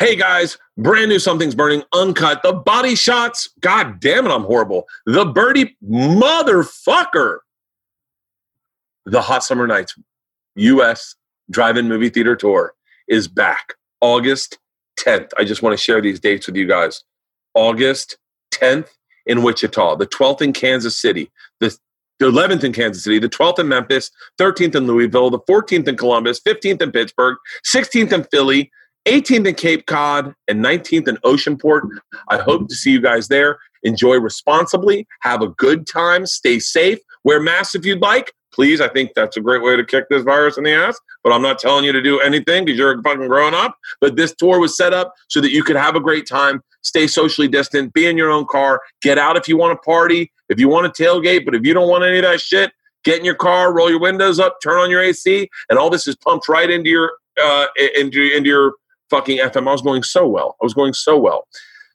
Hey guys, brand new Something's Burning Uncut. The body shots. God damn it, I'm horrible. The birdie motherfucker. The Hot Summer Nights US Drive In Movie Theater Tour is back August 10th. I just want to share these dates with you guys. August 10th in Wichita, the 12th in Kansas City, the the 11th in Kansas City, the 12th in Memphis, 13th in Louisville, the 14th in Columbus, 15th in Pittsburgh, 16th in Philly, 18th in Cape Cod and 19th in Oceanport. I hope to see you guys there. Enjoy responsibly. Have a good time. Stay safe. Wear masks if you'd like. Please, I think that's a great way to kick this virus in the ass, but I'm not telling you to do anything because you're fucking grown up. But this tour was set up so that you could have a great time, stay socially distant, be in your own car, get out if you want to party, if you want to tailgate, but if you don't want any of that shit, get in your car, roll your windows up, turn on your AC, and all this is pumped right into your uh, into into your fucking FM. I was going so well. I was going so well.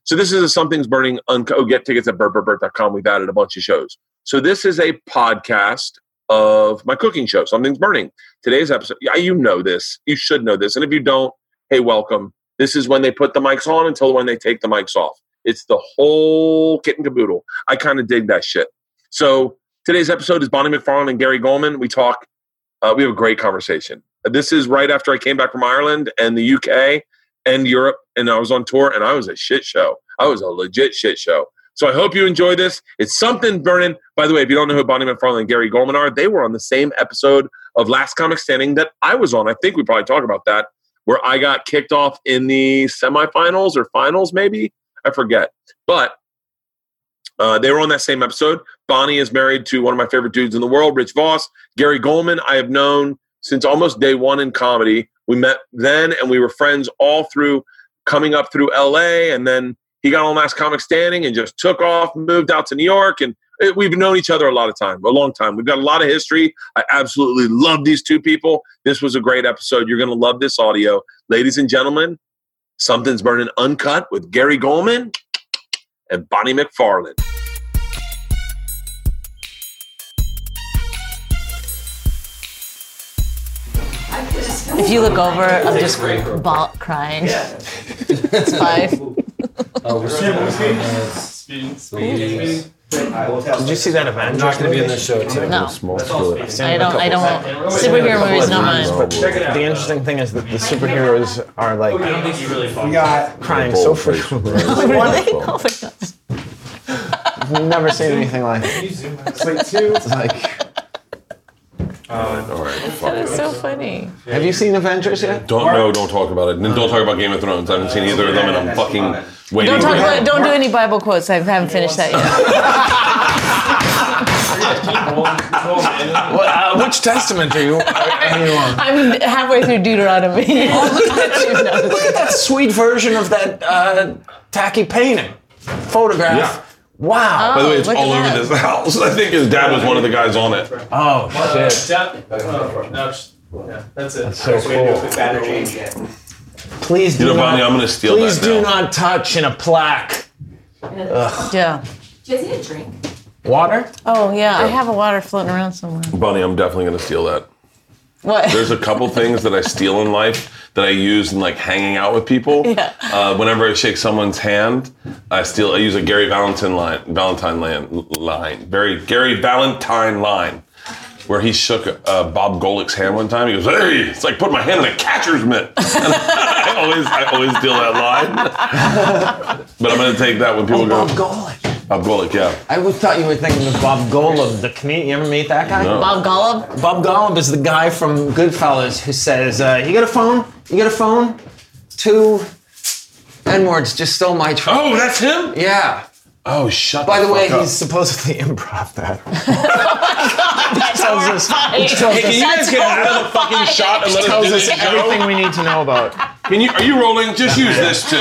So this is a Something's Burning. Unco- oh, get tickets at burtburtburt.com. We've added a bunch of shows. So this is a podcast of my cooking show, Something's Burning. Today's episode, yeah, you know this. You should know this. And if you don't, hey, welcome. This is when they put the mics on until when they take the mics off. It's the whole kit and caboodle. I kind of dig that shit. So today's episode is Bonnie McFarland and Gary Goldman. We talk uh, we have a great conversation. This is right after I came back from Ireland and the UK and Europe, and I was on tour, and I was a shit show. I was a legit shit show. So I hope you enjoy this. It's something burning. By the way, if you don't know who Bonnie McFarlane and Gary Goldman are, they were on the same episode of Last Comic Standing that I was on. I think we probably talked about that, where I got kicked off in the semifinals or finals, maybe I forget. But uh, they were on that same episode. Bonnie is married to one of my favorite dudes in the world, Rich Voss. Gary Goldman, I have known since almost day one in comedy. We met then and we were friends all through coming up through LA. And then he got on Last Comic Standing and just took off, moved out to New York. And it, we've known each other a lot of time, a long time. We've got a lot of history. I absolutely love these two people. This was a great episode. You're going to love this audio. Ladies and gentlemen, Something's Burning Uncut with Gary Goldman and Bonnie McFarland. If you look over, I'm just ball crying. it's fine. Oh, we're Did you see that Avengers? I'm not going to be in this show too. No, Cool. I don't. I don't. Superhero movies, not mine. The interesting thing is that the superheroes are like We got crying so frequently. Really? Oh my god. I've never seen anything like it. slate two. It's like, All right. That is so funny. have you seen Avengers yet? Don't no, don't talk about it. And Don't talk about Game of Thrones. I haven't seen either of them, and I'm fucking waiting. Don't talk for about. Don't do any Bible quotes. I haven't finished that yet. What, uh, which testament are you? Are you on? I'm halfway through Deuteronomy. Look at that sweet version of that uh, tacky painting photograph. Yeah. Wow. By the way, it's Look at all over that. this house. I think his dad was one of the guys on it. Oh, Uh, shit. Yeah, that's it. so cool. Please do You know, not. Bonnie, I'm gonna steal please that do now. not touch in a plaque. yeah. Water? Oh yeah. I have a water floating around somewhere. Bunny, I'm definitely gonna steal that. What? There's a couple things that I steal in life that I use in like hanging out with people. Yeah. Uh, whenever I shake someone's hand, I steal. I use a Gary Valentine line. Valentine line. line very Gary Valentine line. Where he shook uh, Bob Golick's hand one time, he goes, "Hey!" It's like put my hand in a catcher's mitt. And I always, I always steal that line. but I'm gonna take that when people Oh, Bob go, Golub. Bob Golick, yeah. I always thought you were thinking of Bob Golub, the comedian. You ever meet that guy? Bob Golub. Bob Golub is the guy from Goodfellas who says, uh, "You got a phone? You got a phone? Two N words just stole my phone." Oh, that's him. Yeah. Oh, shut. By the way, fuck up. he's supposedly improv that. That's tells us, which tells Hey, can you us, guys get out of the fucking horrifying. shot and let us tells do us this everything show? we need to know about. Can you? Are you rolling? Just use this too.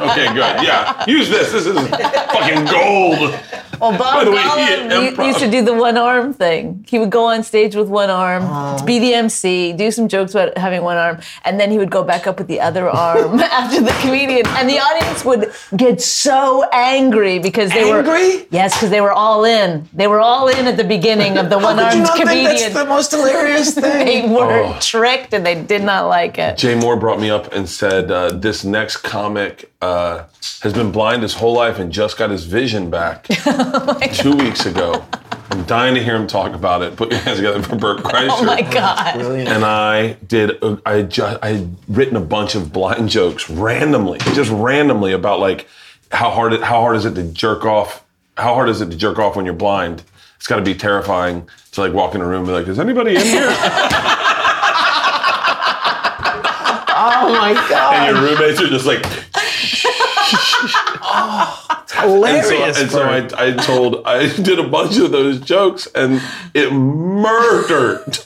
Okay, good. Yeah, use this. This is fucking gold. Well, Bob the way, Gollum he u- improv. used to do the one arm thing. He would go on stage with one arm, Oh. to be the MC, do some jokes about having one arm, and then he would go back up with the other arm after the comedian. And the audience would get so angry because they were Angry? yes, because they were all in. They were all in at the beginning of the one Did you armed not think comedian. that's the most hilarious they thing? were Oh. tricked and they did not like it. Jay Moore brought me up and said, uh, "This next comic uh, has been blind his whole life and just got his vision back Oh two weeks ago." I'm dying to hear him talk about it. Put your hands together for Burt Kreischer. Oh my god. and I did. uh, I just I had written a bunch of blind jokes randomly, just randomly about like how hard it, how hard is it to jerk off? How hard is it to jerk off when you're blind? It's got to be terrifying to like walk in a room and be like, "Is anybody in here?" Oh my god, and your roommates are just like. And so, hilarious! and so Bert. I, I told I did a bunch of those jokes and it murdered.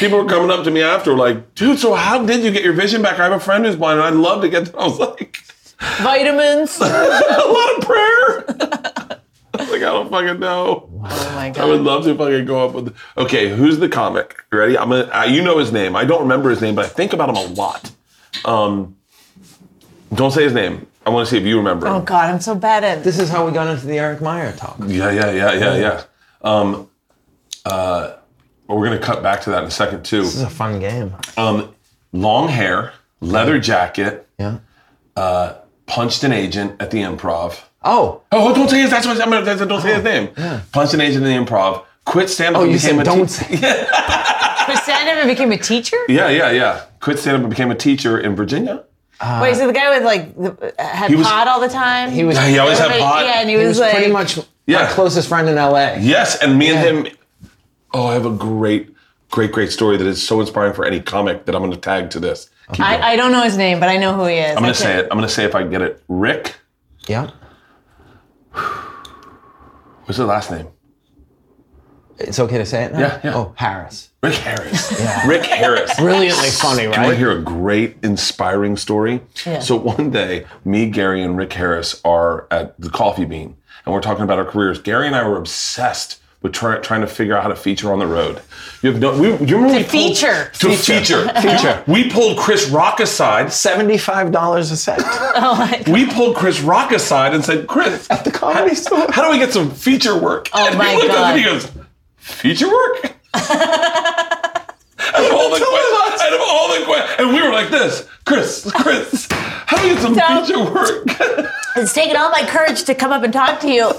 People were coming up to me after like, dude, so how did you get your vision back? I have a friend who's blind and I'd love to get. I was like, Vitamins. Oh a lot of prayer. I was like, I don't fucking know. my I would god. love to fucking go up with. Okay, who's the comic? You ready? I'm gonna. Uh, you know his name. I don't remember his name, but I think about him a lot. Um, don't say his name. I want to see if you remember. Oh him. god, I'm so bad at this is how we got into the Eric Meyer talk. Yeah, yeah, yeah, yeah, yeah. Um, uh, well, we're gonna cut back to that in a second too. This is a fun game. Um, long hair, leather jacket, Yeah. punched an agent at the improv. Oh, Oh, oh, don't say his. That's what I'm. Gonna, that's- don't say his name. Punched an agent in the improv. Quit stand up. oh, you said don't. Te- say- Christina never became a teacher? yeah, yeah, yeah. Quit stand up and became a teacher in Virginia. Wait, so the guy with like the, had Uh, was- pot all the time? He was. Yeah, he always had Everybody- pot. Yeah, and he, He was, was like, pretty much Yeah. my closest friend in L.A. Yes, and me and Yeah. him. Oh, I have a great, great, great story that is so inspiring for any comic that I'm going to tag to this. Keep going. I, I don't know his name, but I know who he is. I'm going to say it. I'm going to say if I can get it. Rick. Yeah. What's his last name? It's okay to say it. Now? Yeah, yeah. Oh, Harris. Rick Harris. Rick Harris. Brilliantly funny, Do you want to right? hear a great, inspiring story? Yeah. So one day, me, Gary, and Rick Harris are at the Coffee Bean, and we're talking about our careers. Gary and I were obsessed with try, trying to figure out how to feature on the road. You have no. We, do you remember we pulled- feature. to feature. feature. We pulled Chris Rock aside. Seventy-five dollars a set at We pulled Chris Rock aside and said, "Chris, the comedy store. how do we get some feature work?" Oh, and my he looked Up God. and he goes, "Feature work." out of all the questions, out of all the questions, and we were like this, Chris, Chris, how do we get some Stop. feature work? It's taken all my courage to come up and talk to you,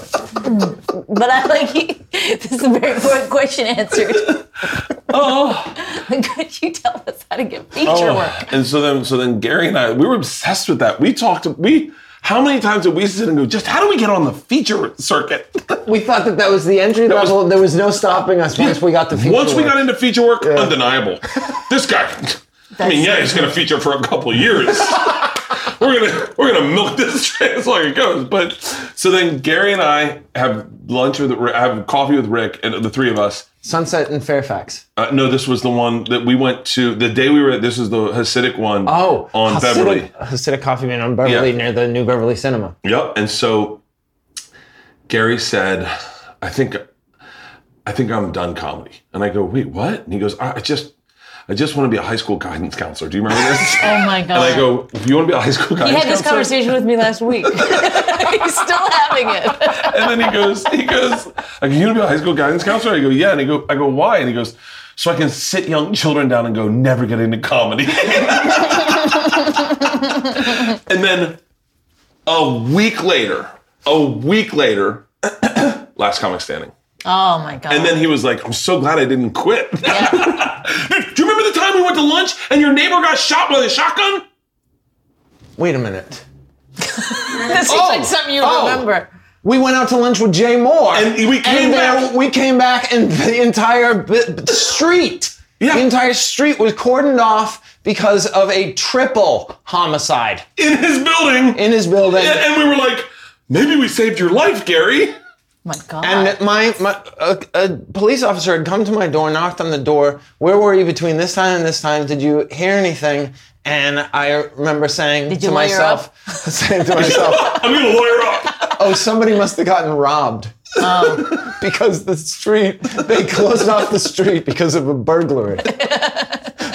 but I like this is a very important question answered. oh, Could you tell us how to get feature work? and so then, so then Gary and I, we were obsessed with that. We talked, we. How many times did we sit and go, just how do we get on the feature circuit? We thought that that was the entry was- level. there was no stopping us once we got the feature. Once we work. got into feature work, undeniable. This guy. I mean, yeah, he's going to feature for a couple years. we're gonna we're gonna milk this train as long as it goes. But so then Gary and I have lunch with have coffee with Rick and the three of us. Sunset in Fairfax. Uh, no, this was the one that we went to the day we were. at This is the Hasidic one. Oh, on Hasidic, Beverly. Hasidic Coffee Man on Beverly Yeah. near the New Beverly Cinema. Yep. And so Gary said, I think I think I'm done comedy. And I go, wait, what? And he goes, I I just I just want to be a high school guidance counselor. Do you remember this? Oh my god! and I go, you want to be a high school he guidance had this counselor? conversation with me last week. He's still having it. and then he goes, he goes, I go, you want to be a high school guidance counselor? I go, yeah. And he go, I go, why? And he goes, so I can sit young children down and go, never get into comedy. and then a week later, a week later, last comic standing. Oh my god! And then he was like, I'm so glad I didn't quit. yeah. Do you remember the time we went to lunch and your neighbor got shot with a shotgun? Wait a minute. this is like something you oh. remember. We went out to lunch with Jay Moore, And we came and there- back. We came back, and the entire b- b- street, Yeah. the entire street was cordoned off because of a triple homicide in his building. in his building. and, and we were like, maybe we saved your life, Gary. my God. And my, my a, a police officer had come to my door, knocked on the door. Where were you between this time and this time? Did you hear anything? And I remember saying Did you to lawyer myself, saying to myself, I'm gonna lawyer up. "Oh, somebody must have gotten robbed." because the street, they closed off the street because of a burglary.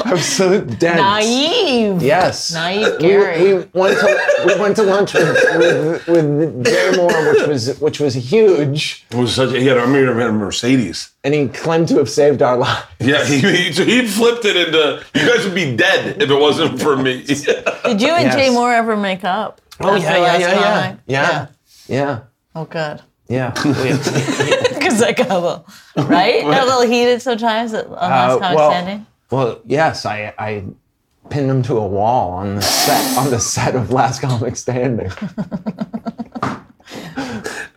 I'm so dense. naive. Yes. Naive We- Gary. We, went to we went to lunch with with, with Jerry Moore, which was which was huge, It was such. A, he had a mirror in a Mercedes. and he claimed to have saved our lives. Yeah, he, he so he flipped it into. You guys would be dead if it wasn't for me. Did you and Yes. Jay Moore ever make up? Oh After last night? yeah, yeah, Oh God. yeah, yeah. Because I got a little, right? Got a little heated sometimes at on last Uh, comic well- standing. well, yes, I I pinned him to a wall on the set on the set of Last Comic Standing.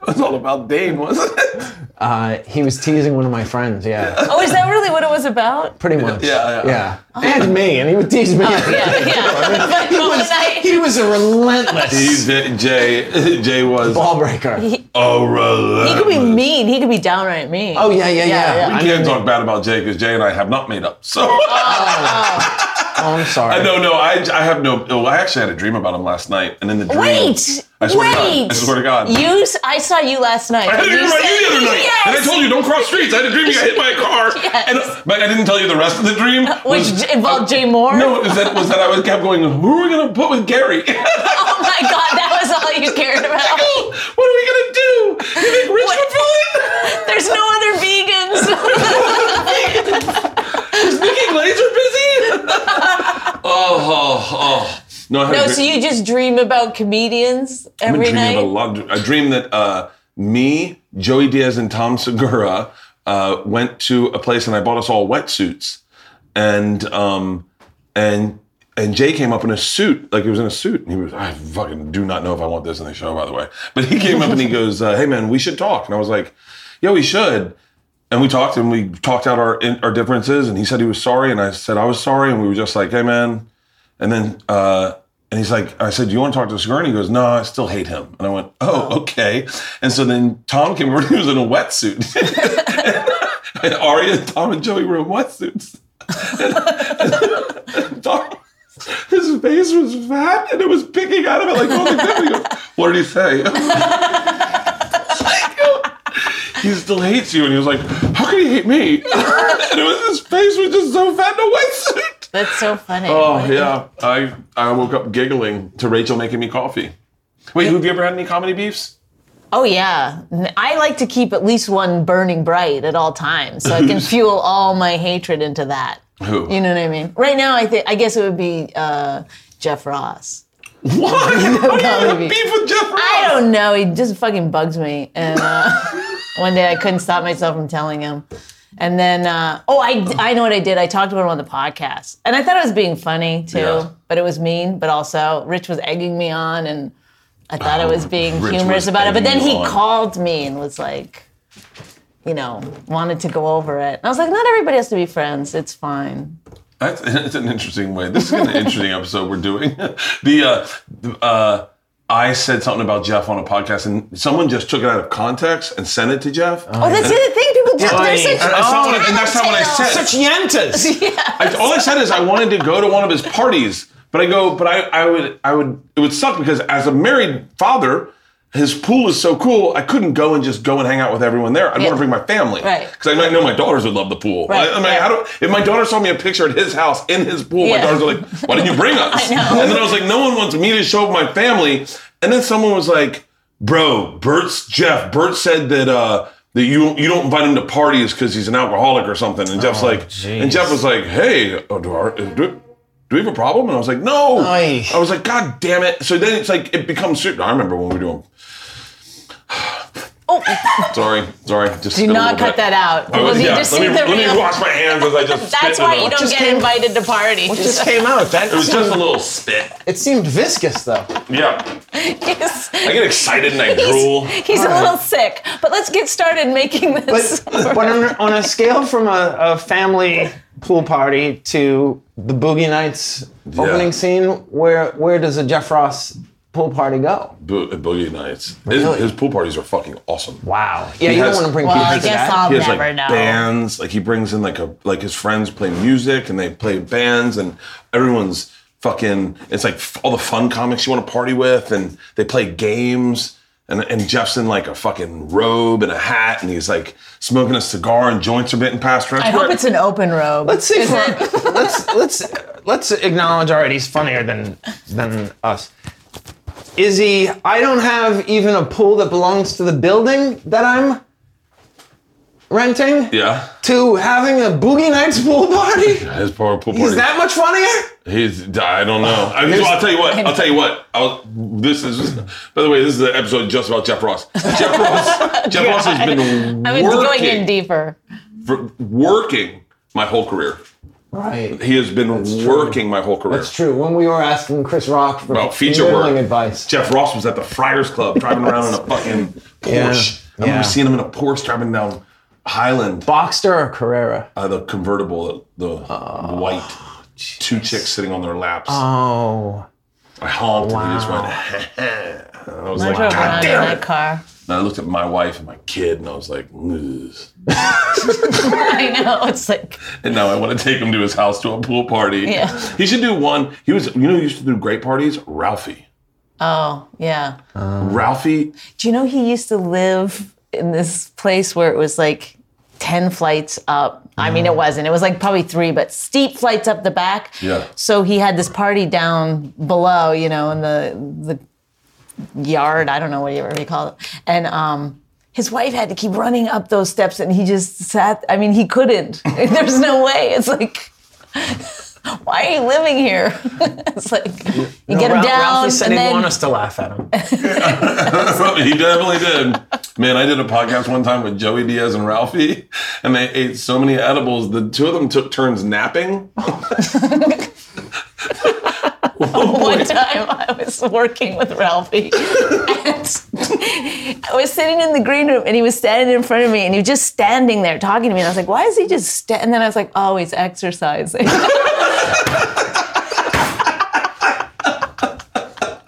It's all about Dane, wasn't it? Uh, he was teasing one of my friends. Yeah, Oh, is that really what it was about? pretty much. Yeah, Oh. yeah. And me, and he would tease me. Yeah, yeah. But He was, he was a relentless He's Jay. Jay was. ball breaker. Oh, he could be mean. He could be downright mean. oh yeah, yeah, yeah. yeah. I I'm, can't talk bad about Jay because Jay and I have not made up. So oh, I'm sorry. no, no, I, I have no. oh, I actually had a dream about him last night, and in the dream, Wait. I swear to God. wait. I swear to God. You, s- I saw you last night. I had a dream about you the other night, Yes. and I told you don't cross streets. I had a dream you got hit by a car, Yes. and but I didn't tell you the rest of the dream. which was- j- involved Jay Moore. No, it was that was that I was kept going. Who are we gonna put with Gary? Oh my God, that was all you cared about. what are we gonna do? You think Rich What? would fill in? There's no other vegans. Is Nikki Glazer busy? oh, oh, oh. No, I had a no, dream. so you just dream about comedians I've been every dreaming night. of a lot. I dream that uh, me, Joey Diaz, and Tom Segura uh, went to a place and I bought us all wetsuits, and um, and and Jay came up in a suit, like he was in a suit, and he was. I fucking do not know if I want this in the show, by the way. But he came up and he goes, uh, "Hey man, we should talk," and I was like, "Yeah, we should." and we talked and we talked out our our differences and he said he was sorry and I said I was sorry and we were just like hey man and then uh and he's like I said do you want to talk to Segura and he goes no I still hate him and I went oh okay and so then Tom came over and he was in a wetsuit and Aria and Tom and Joey were in wetsuits and Tom his face was fat and it was picking out of it like all the time. He goes, what did he say he still hates you. And he was like, How could he hate me? and it was his face was just so fat in a wetsuit. That's so funny. Oh yeah. I I woke up giggling to Rachel making me coffee. Wait, have you ever had any comedy beefs? Oh yeah, N- I like to keep at least one burning bright at all times, so I can fuel all my hatred into that. Who? You know what I mean? Right now, I think I guess it would be uh, Jeff Ross. What? How do you have Comedy beef with Jeff Ross? I don't know. He just fucking bugs me, and uh, one day I couldn't stop myself from telling him. And then, uh, oh, I I know what I did. I talked about him on the podcast, and I thought I was being funny too, Yeah. but it was mean. But also, Rich was egging me on, and I thought I was being Oh, Rich humorous was about it. But then egging he you on. called me and was like, you know, wanted to go over it. And I was like, not everybody has to be friends. It's fine. That's, that's an interesting way. This is an interesting episode we're doing. the uh, uh, I said something about Jeff on a podcast, and someone just took it out of context and sent it to Jeff. Oh, that's the other thing. People just they're Funny. such And I saw it, and that's not what I said. tattletales. Such yentas. I, all I said is I wanted to go to one of his parties, but I go, but I, I would, I would, it would suck because as a married father, his pool is so cool. I couldn't go and just go and hang out with everyone there. I'd Yeah. want to bring my family, Right. Because I know my daughters would love the pool. Right, I, I mean, right. how do, if my daughter saw me a picture at his house in his pool, Yeah. my daughters were like, "Why didn't you bring us?" I know. And then I was like, "No one wants me to show my family." And then someone was like, "Bro, Bert's Jeff. Bert said that." uh that you you don't invite him to parties because he's an alcoholic or something, and Jeff's like, and Jeff was like, "Hey, oh, do, our, do, do we have a problem?" And I was like, "No." Aye. I was like, "God damn it!" So then it's like it becomes super. I remember when we were doing. Oh, Sorry, sorry. Just do not cut that out. I We'll was, need yeah, to let see me, the let me real- wash my hands as I just. That's spit in why the- you don't just get came- invited to parties. Just came out. That It was just a little spit. it seemed viscous though. Yeah, He's, I get excited and I drool. he's, he's a little sick, but let's get started making this. But but on, a- on a scale from a, a family pool party to the Boogie Nights Yeah. opening scene, where where does a Jeff Ross pool party go? Bo- boogie nights. Really? His, his pool parties are fucking awesome. Wow. Yeah, you has- don't want to bring Well, people I to guess that. I'll he has never like know. bands. Like he brings in like a like his friends play music and they play bands and everyone's fucking. It's like f- all the fun comics you want to party with and they play games. And, and Jeff's in like a fucking robe and a hat, and he's like smoking a cigar, and joints are getting passed around. I hope it's an open robe. Let's see. For, let's let's let's acknowledge already he's funnier than than us. Izzy, I don't have even a pool that belongs to the building that I'm renting. yeah. To having a boogie nights pool party. His poor pool party. He's that much funnier. He's. I don't know. I mean, Here's- I'll tell you what. I'll tell you what. I'll, this is. By the way, this is an episode just about Jeff Ross. Jeff Ross. Jeff Ross has been I mean, it's working, going in deeper. for- working my whole career. Right. He has been working my whole career. That's true. When we were asking Chris Rock for About feature work. noodling advice, Jeff Ross was at the Friars Club driving around in a fucking Yeah. Porsche. I remember Yeah. seeing him in a Porsche driving down Highland. Boxster or Carrera? Uh, the convertible, the, the white. Two chicks sitting on their laps. Oh, I honked and he just went. and I was I like, drove God around in damn it. that car. And I looked at my wife and my kid, and I was like, "Ugh." I know. It's like and now I want to take him to his house to a pool party. Yeah. He should do one. He was, you know, he used to do great parties. Ralphie. oh yeah. Ralphie. Do you know he used to live in this place where it was like 10 flights up? I mean, it wasn't. It was like probably three, but steep flights up the back. Yeah. So he had this party down below, you know, in the the yard. I don't know whatever you call it. And um, his wife had to keep running up those steps, and he just sat. I mean, he couldn't. There's no way. It's like. Why are you living here? it's like you get him Ralph- down, Ralphie said and he'd then want us to laugh at him. he definitely did. Man, I did a podcast one time with Joey Diaz and Ralphie, and they ate so many edibles. The two of them took turns napping. One time I was working with Ralphie and I was sitting in the green room and he was standing in front of me and he was just standing there talking to me. And I was like, why is he just standing? And then I was like, oh, he's exercising.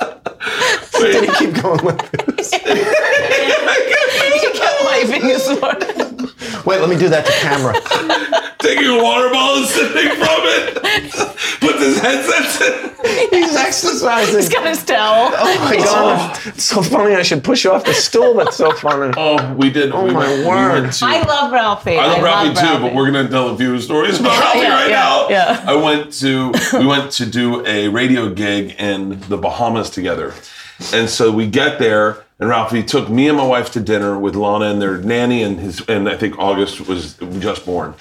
Wait, Keep going with it. he kept wiping his forehead. Wait, let me do that to camera. taking a water bottle and sipping from it. Puts his headsets in. He's exercising. He's got his towel. Oh my god, it's so funny. I should push you off the stool. That's so funny. Oh, we did. Oh we my went- we word. went to- I love Ralphie. I love Ralphie too, but we're gonna tell a few stories about Ralphie Yeah, right yeah, now. yeah. I went to we went to do a radio gig in the Bahamas together, and so we get there, and Ralphie took me and my wife to dinner with Lana and their nanny, and his and I think August was just born.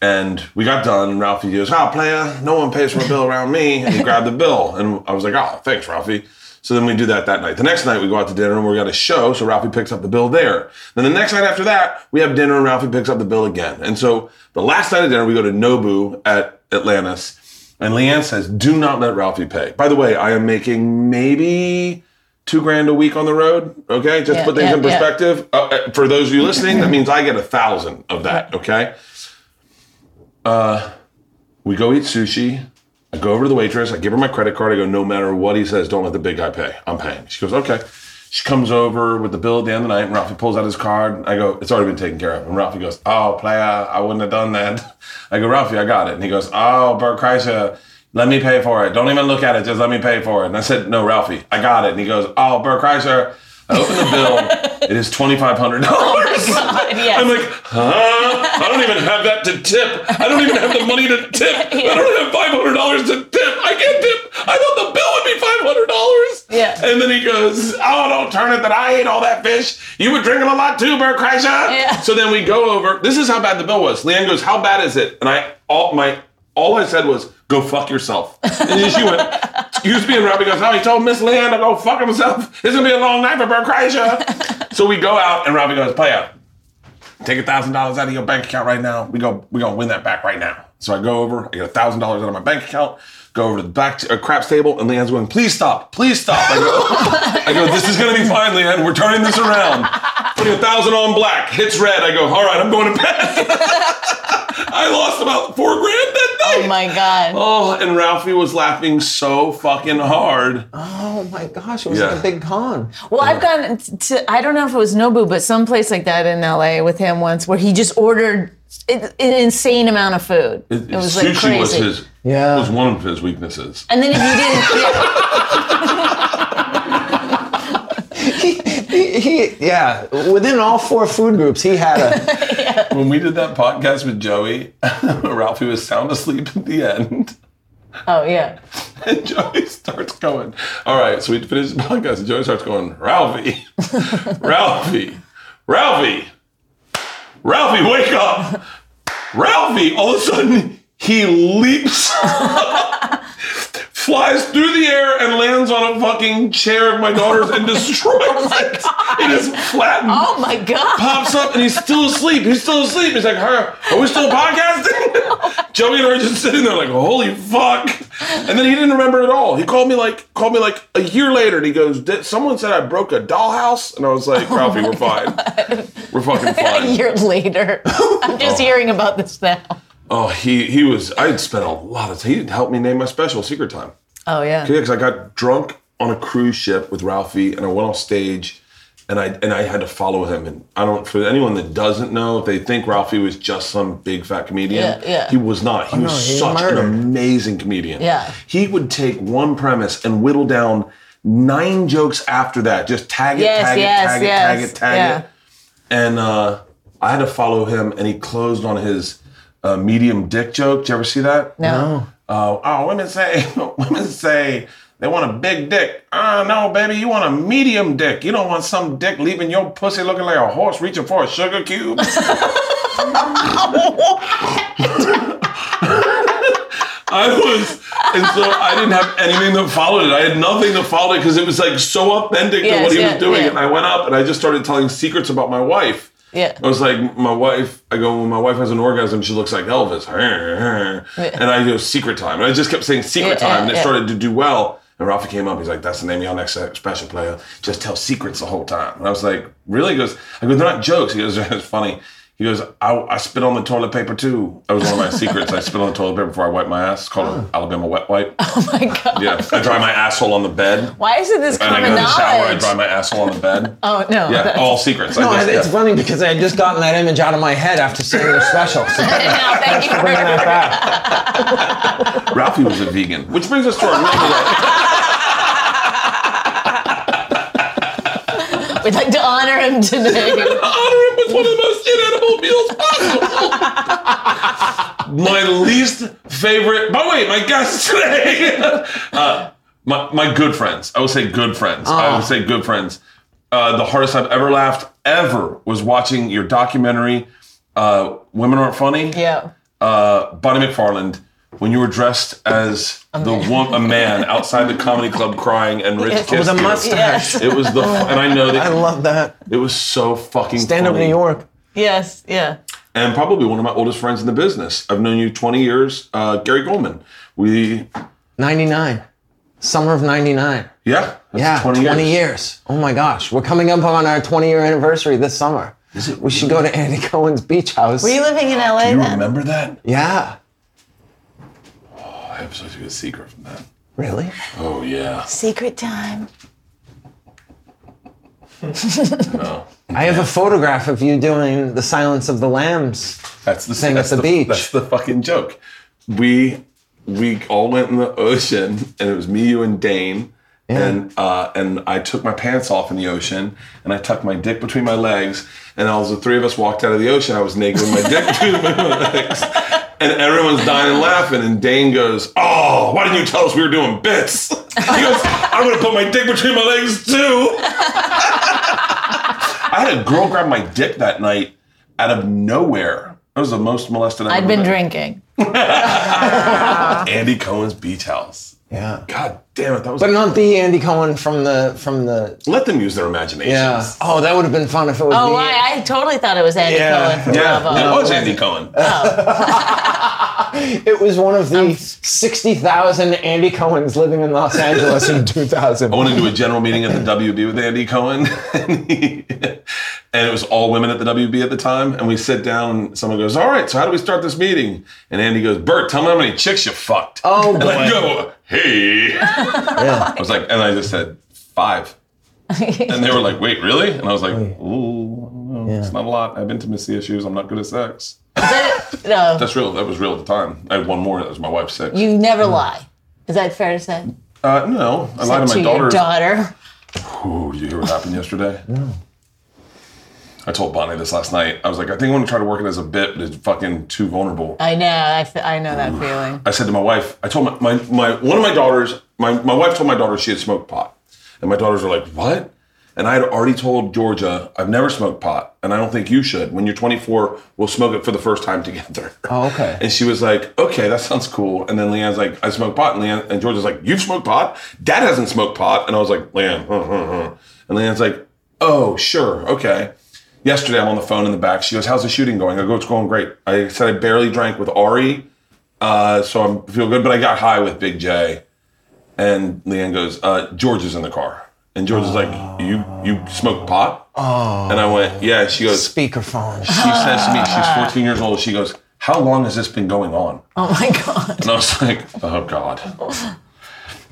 And we got done, and Ralphie goes, Oh, player, no one pays for a bill around me. And he grabbed the bill. And I was like, Oh, thanks, Ralphie. So then we do that that night. The next night, we go out to dinner and we got a show. So Ralphie picks up the bill there. Then the next night after that, we have dinner and Ralphie picks up the bill again. And so the last night of dinner, we go to Nobu at Atlantis. And Leanne says, Do not let Ralphie pay. By the way, I am making maybe two grand a week on the road. Okay, just Yeah, put things yeah, in yeah. perspective. Uh, uh, for those of you listening, that means I get a thousand of that. Okay. We go eat sushi. I go over to the waitress. I give her my credit card. I go, no matter what he says, don't let the big guy pay. I'm paying. She goes, okay. She comes over with the bill at the end of the night, and Ralphie pulls out his card. I go, it's already been taken care of. And Ralphie goes, oh, player, I wouldn't have done that. I go, Ralphie, I got it. And he goes, oh, Bert Kreischer, let me pay for it. Don't even look at it. Just let me pay for it. And I said, no, Ralphie, I got it. And he goes, oh, Bert Kreischer. I open the bill. It is twenty five hundred dollars. Oh God, yes. I'm like, huh? I don't even have that to tip. I don't even have the money to tip. I don't have five hundred dollars to tip. I can't tip. I thought the bill would be five hundred dollars. Yeah. And then he goes, Oh, don't turn it that I ate all that fish. You were drinking a lot too, Bert Kreischer. Yeah. So then we go over. This is how bad the bill was. Leanne goes, How bad is it? And I all my all I said was, Go fuck yourself. And then she went, Excuse me, and Robbie goes, Oh, he told Miss Leanne to go fuck himself. It's gonna be a long night for Bert Kreischer. so we go out and Robbie goes, play out take a thousand dollars out of your bank account right now. We go, we gonna win that back right now. So I go over, I get a thousand dollars out of my bank account, go over to the back uh, craps table, and Leanne's going, please stop, please stop. I go, I go, this is gonna be fine, Leanne. We're turning this around. Putting a thousand on black, hits red. I go, all right, I'm going to bed. I lost about four grand that Oh my god. Oh, and Ralphie was laughing so fucking hard. Oh my gosh, it was Yeah. like a big con. Well, I've gone t- to, I don't know if it was Nobu, but some place like that in LA with him once where he just ordered an an insane amount of food. It, was Sushi like crazy. was his Yeah. was one of his weaknesses. and then if you didn't, yeah, He, he, yeah, within all four food groups, he had a. When we did that podcast with Joey, Ralphie was sound asleep at the end. oh yeah. And Joey starts going, All right, so we finish the podcast. And Joey starts going, Ralphie, Ralphie, Ralphie, Ralphie, wake up. Ralphie, all of a sudden, he leaps up, flies through the air, and lands on a fucking chair of my daughter's and destroys it. It is flattened. Oh my god. Pops up and he's still asleep. He's still asleep. He's like, "Her, are we still podcasting?" Joey and I are just sitting there like, "Holy fuck!" And then he didn't remember at all. He called me like called me like a year later, and he goes, "Did- "Someone said I broke a dollhouse," and I was like, "Ralphie, we're fine. We're fucking Oh A fine." year later, I'm just hearing about this now. oh, he he was. I had spent a lot of. He didn't help me name my special, Secret Time. Oh yeah. Yeah, because I got drunk on a cruise ship with Ralphie, and I went off stage, and I and I had to follow him. And I don't for anyone that doesn't know, if they think Ralphie was just some big fat comedian, Yeah, yeah. Oh, he was not. He was he's a such an murderer. amazing comedian. Yeah. he would take one premise and whittle down nine jokes after that. Just tag it, Yes, tag, yes, it tag it, yes. tag it, tag Yeah. it. And uh, I had to follow him, and he closed on his uh, medium dick joke. Did you ever see that? No. Uh, oh, women say women say they want a big dick. Ah, no, baby, you want a medium dick. You don't want some dick leaving your pussy looking like a horse reaching for a sugar cube. I was, and so I didn't have anything that followed it. I had nothing to follow it because it was like so authentic to Yes, what he yeah, was doing. yeah. And I went up and I just started telling secrets about my wife. Yeah. I was like, my wife, I go, when my wife has an orgasm, she looks like Elvis. And I go, secret time. And I just kept saying secret Yeah, yeah, time. and it yeah. started to do well. And Rafa came up. He's like, that's the name of your next special player. Just tell secrets the whole time. And I was like, really? He goes, I go, they're not jokes. He goes, it's funny. He goes, I, I spit on the toilet paper too. That was one of my secrets. I spit on the toilet paper before I wipe my ass. It's called an Alabama wet wipe. Oh my god. Yeah. I dry my asshole on the bed. Why isn't this And I common go to the shower, I knowledge? dry my asshole on the bed. Oh no. yeah, that's- all secrets. No, I just, it's yeah. funny because I had just gotten that image out of my head after seeing your special. So Oh. no, thank you bringing for that back. Ralphie was a vegan, which brings us to our regular. We'd like to honor him today. Honor him with one of the most inedible meals possible. my least favorite. By the way, my guest today, uh, my my good friends. I would say good friends. I would say good friends. Uh, the hardest I've ever laughed ever was watching your documentary, uh, "Women Aren't Funny." yeah. uh, Bonnie McFarland, when you were dressed as the one, a man outside the comedy club crying and Rich kissed With a you. mustache. It was the, and I know that I love that. it was so fucking Stand up funny. New York. Yes. Yeah. and probably one of my oldest friends in the business. I've known you 20 years, uh, Gary Goldman. We, 99. Summer of 99. yeah, that's Yeah, 20, 20, years. Oh my gosh. We're coming up on our 20 year anniversary this summer. Is it we should go to Andy Cohen's beach house. Were you living in LA You then? remember that? Oh, yeah. I have such a good secret from that. Really? Oh yeah, Secret time. no, I have a photograph of you doing the Silence of the Lambs. that's the Thing at that's the beach. That's the fucking joke. We we all went in the ocean, and it was me, you, and Dane. And uh, and I took my pants off in the ocean, and I tucked my dick between my legs, and all the three of us walked out of the ocean. I was naked with my dick between my legs, and everyone's dying and laughing. And Dane goes, "Oh, why didn't you tell us we were doing bits?" He goes, "I'm gonna put my dick between my legs too." I had a girl grab my dick that night out of nowhere. That was the most molested I've I'd ever been been. drinking. Andy Cohen's beach house. Yeah. God damn it, that was. But not the Andy Cohen from the from the Let them use their imagination. Yeah. Oh, that would have been fun if it was Oh, the why? I totally thought it was Andy Oh, Yeah. Cohen from Yeah, Bravo. it was Andy Cohen. it was one of the 60,000 Andy Cohens living in Los Angeles in 2000. I went into a general meeting at the WB with Andy Cohen, and, he- and it was all women at the WB at the time. And we sit down, and someone goes, "All right, so how do we start this meeting?" And Andy goes, "Bert, tell me how many chicks you fucked." Oh, and I boy. go, "Hey," I was like, and I just said five, and they were like, "Wait, really?" And I was like, "Ooh, I don't know. it's not a lot. I have intimacy issues. I'm not good at sex." No, That's real. That was real at the time. I had one more. That was my wife's sex. you never lie. Is that fair to say? uh, no, I lied to my to your daughter. daughter. Ooh, did you hear what happened yesterday? No. I told Bonnie this last night. I was like, I think I want to try to work it as a bit, but it's fucking too vulnerable. I know. I, f- I know that feeling. I said to my wife, I told my, my, my one of my daughters, my, my wife told my daughter she had smoked pot. And my daughters were like, What? And I had already told Georgia, I've never smoked pot, and I don't think you should. When you're 24, we'll smoke it for the first time together. Oh, okay. And she was like, Okay, that sounds cool. And then Leanne's like, I smoke pot. And Leanne and Georgia's like, You've smoked pot? Dad hasn't smoked pot. And I was like, Leanne, huh, huh, huh. And Leanne's like, Oh, sure, okay. Yesterday I'm on the phone in the back. She goes, How's the shooting going? I go, It's going great. I said I barely drank with Ari. Uh, so I'm I feel good, but I got high with Big J. And Leanne goes, uh, George is in the car. And George is like, You you smoke pot? Oh. And I went, Yeah. She goes, Speakerphone. She says to me, she's 14 years old. She goes, How long has this been going on? Oh my god. And I was like, Oh God.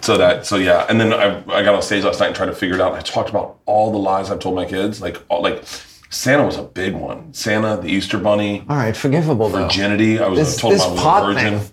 So that, so yeah, and then I, I got on stage last night and tried to figure it out. I talked about all the lies I've told my kids, like all, like Santa was a big one. Santa, the Easter Bunny, All right, forgivable though. virginity. I was This- I told him this I was pot a virgin. thing.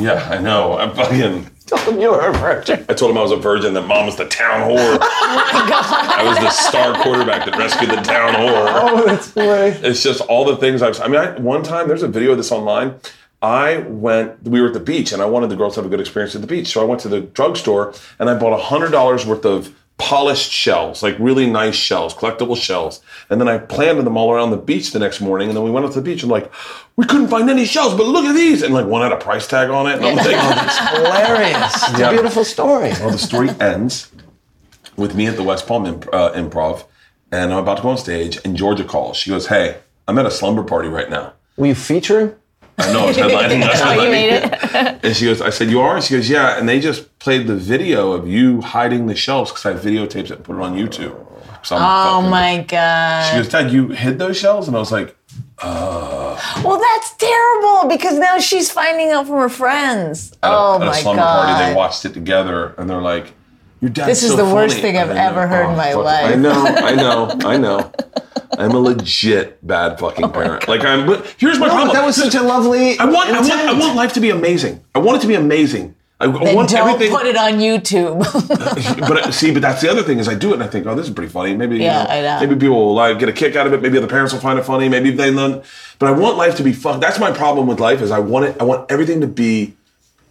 Yeah, I know. I'm fucking. Told him you were a virgin. I told him I was a virgin, that mom was the town whore. Oh I was the star quarterback that rescued the town whore. Oh, that's great. It's just all the things I've. I mean, I, one time there's a video of this online. I went. We were at the beach, and I wanted the girls to have a good experience at the beach. So I went to the drugstore and I bought hundred dollars worth of polished shells, like really nice shells, collectible shells. And then I planted them all around the beach the next morning. And then we went up to the beach and like, we couldn't find any shells, but look at these. And like one had a price tag on it. And I'm like, Hilarious. It's Yeah. a beautiful story. well, the story ends with me at the West Palm imp- uh, Improv, and I'm about to go on stage, and Georgia calls. She goes, "Hey, I'm at a slumber party right now." Were you featuring? I know I was headlining. I was Oh, you headlining. made it. And she goes, "I said you are." And she goes, "Yeah." And they just played the video of you hiding the shells because I videotaped it and put it on YouTube. So I'm Oh fucking- my god. She goes, "Dad, you hid those shells?" And I was like, Well, that's terrible because now she's finding out from her friends. at a, oh at a my slumber god. party. They watched it together, and they're like, "Your dad's This is so the worst funny." thing I've I know. ever heard in my "Oh, fuck. life. I know, I know, I know. I'm a legit bad fucking Oh parent. Like I'm. But here's my No, problem. but that was such a lovely. I want, I want, I intent. want life to be amazing. I want it to be amazing. I, I Then want don't everything. put it on YouTube. but I- see, but that's the other thing is I do it and I think, oh, this is pretty funny. Maybe you Yeah, know, I know. maybe people will like get a kick out of it. Maybe other parents will find it funny. Maybe they learn. But I want life to be fun. That's my problem with life is I want it. I want everything to be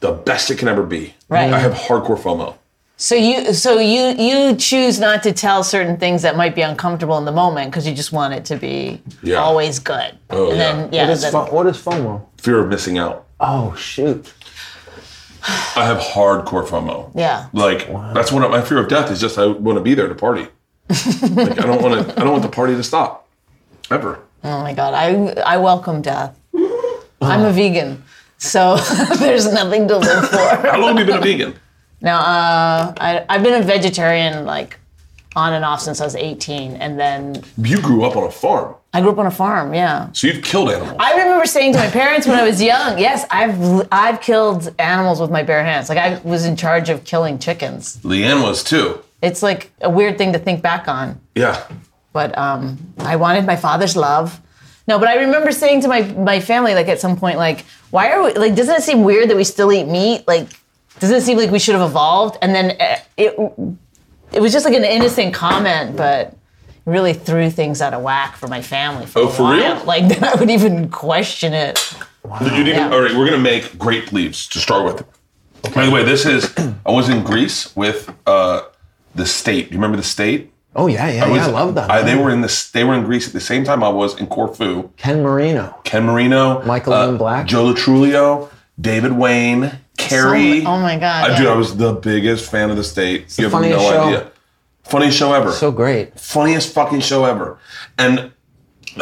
the best it can ever be. Right. I have hardcore FOMO. so you so you you choose not to tell certain things that might be uncomfortable in the moment because you just want it to be Yeah. always good. Oh, and yeah. then yeah, What is, then- fo- what is FOMO? Fear of missing out. Oh, shoot. I have hardcore FOMO. yeah. Like that's one of my fear of death is just I want to be there to party. like I don't want to. I don't want the party to stop ever. Oh my god. I I welcome death. I'm a vegan. So there's nothing to live for. How long have you been a vegan? Now, uh, I, I've been a vegetarian like on and off since I was 18, and then You grew up on a farm, I grew up on a farm. Yeah, so you've killed animals. I remember saying to my parents when I was young, "Yes, I've I've killed animals with my bare hands. Like I was in charge of killing chickens. Leanne was too. It's like a weird thing to think back on, Yeah. but um, I wanted my father's love." No, but I remember saying to my, my family, like at some point, like, why are we, like, doesn't it seem weird that we still eat meat? Like, doesn't it seem like we should have evolved? And then eh, it it was just like an innocent comment, but really threw things out of whack for my family. For Oh, a for while. real? Like that, I would even question it. You didn't even- Yeah. all right, we're gonna make grape leaves to start with. By the way, this is. I was in Greece with uh, the state. You remember the state? Oh, yeah, yeah, yeah. I was- love that. I- they were in this. They were in Greece at the same time I was in Corfu. Ken Marino. Ken Marino, uh, Michael Ian Black. Joe Latrulio, David Wayne, Carrie. oh my God, I, Dude, yeah. I was the biggest fan of the state. you have funniest no show. idea. Funniest show ever So great. funniest fucking show ever. And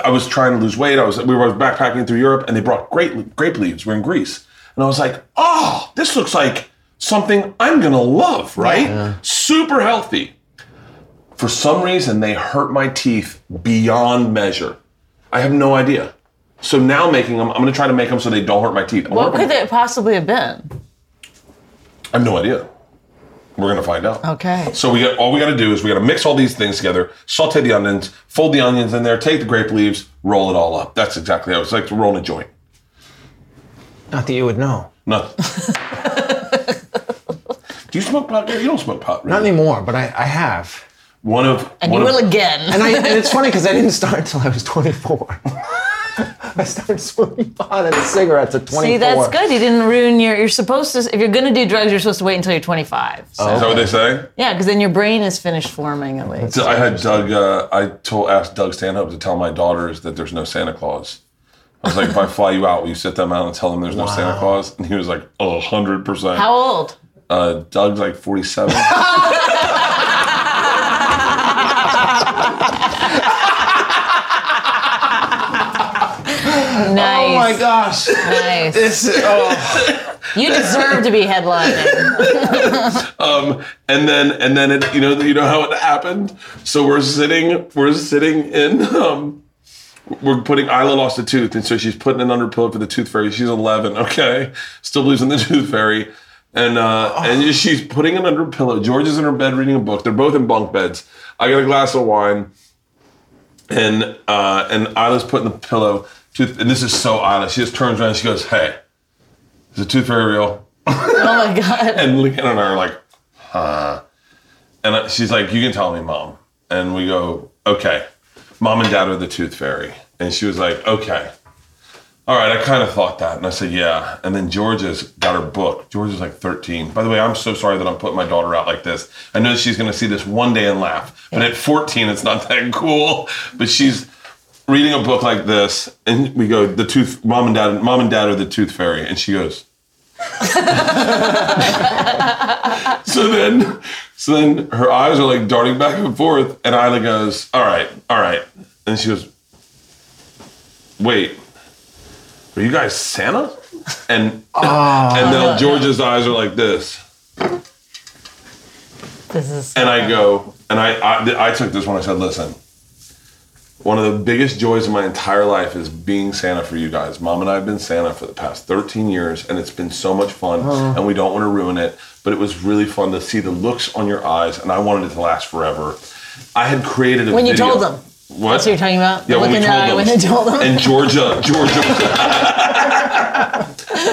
I was trying to lose weight. I was we were backpacking through Europe, and they brought grape grape leaves. We're in Greece, and I was like, oh, this looks like something I'm gonna love, right? Super healthy. For some reason, they hurt my teeth beyond measure. I have no idea. So now making them, I'm gonna try to make them so they don't hurt my teeth. I'm What working- could it possibly have been? I have no idea. We're gonna find out. Okay. So we got all we gotta do is we gotta mix all these things together, saute the onions, fold the onions in there, take the grape leaves, roll it all up. That's exactly how it's like rolling a joint. Not that you would know. No. do you smoke pot? You don't smoke pot, Not really. anymore, but I, I have. One of And one you of- will again. And, I, and it's funny because I didn't start until I was 24. I started smoking pot and cigarettes at 24. See, that's good. You didn't ruin your. You're supposed to. If you're going to do drugs, you're supposed to wait until you're 25. So, Is that what they say? Yeah, because then your brain is finished forming at least. I had Doug. Uh, I told asked Doug Stanhope to tell my daughters that there's no Santa Claus. I was like, if I fly you out, will you sit them out and tell them there's no Santa Claus? And he was like, a hundred percent. How old? Uh, Doug's like 47. Nice. Oh my gosh. Nice. This, oh, You deserve to be headlining. um, and then and then it, you know you know how it happened. So we're sitting we're sitting in um, we're putting Isla lost a tooth, and so she's putting it under pillow for the tooth fairy. She's 11, okay, still believes in the tooth fairy, and uh, and she's putting it under a pillow. George is in her bed reading a book. They're both in bunk beds. I got a glass of wine, and uh, and Isla's putting the pillow. Tooth, and this is so Isla. She just turns around. and She goes, "Hey, is the tooth fairy real?" Oh my god. and looking at her like, huh. And I- she's like, you can tell me, mom. And we go, okay. Mom and dad are the tooth fairy. And she was like, okay. All right, I kind of thought that. And I said, yeah. And then Georgia's got her book. Georgia's like 13. By the way, I'm so sorry that I'm putting my daughter out like this. I know she's going to see this one day and laugh. But at 14, it's not that cool. But she's reading a book like this. And we go, the tooth, mom and dad, mom and dad are the tooth fairy. And she goes, so then so then her eyes are like darting back and forth and Isla goes, All right, all right. And she goes, Wait, are you guys Santa? And and then George's eyes are like this. This is. And I go, and I, I, I took this one. I said, listen, one of the biggest joys of my entire life is being Santa for you guys. Mom and I have been Santa for the past 13 years, and it's been so much fun, and we don't want to ruin it. But it was really fun to see the looks on your eyes, and I wanted it to last forever. I had created a When you video- told them. What? That's what you're talking about? Yeah, The when look we in their told eye them. when they told them. And Georgia, Georgia.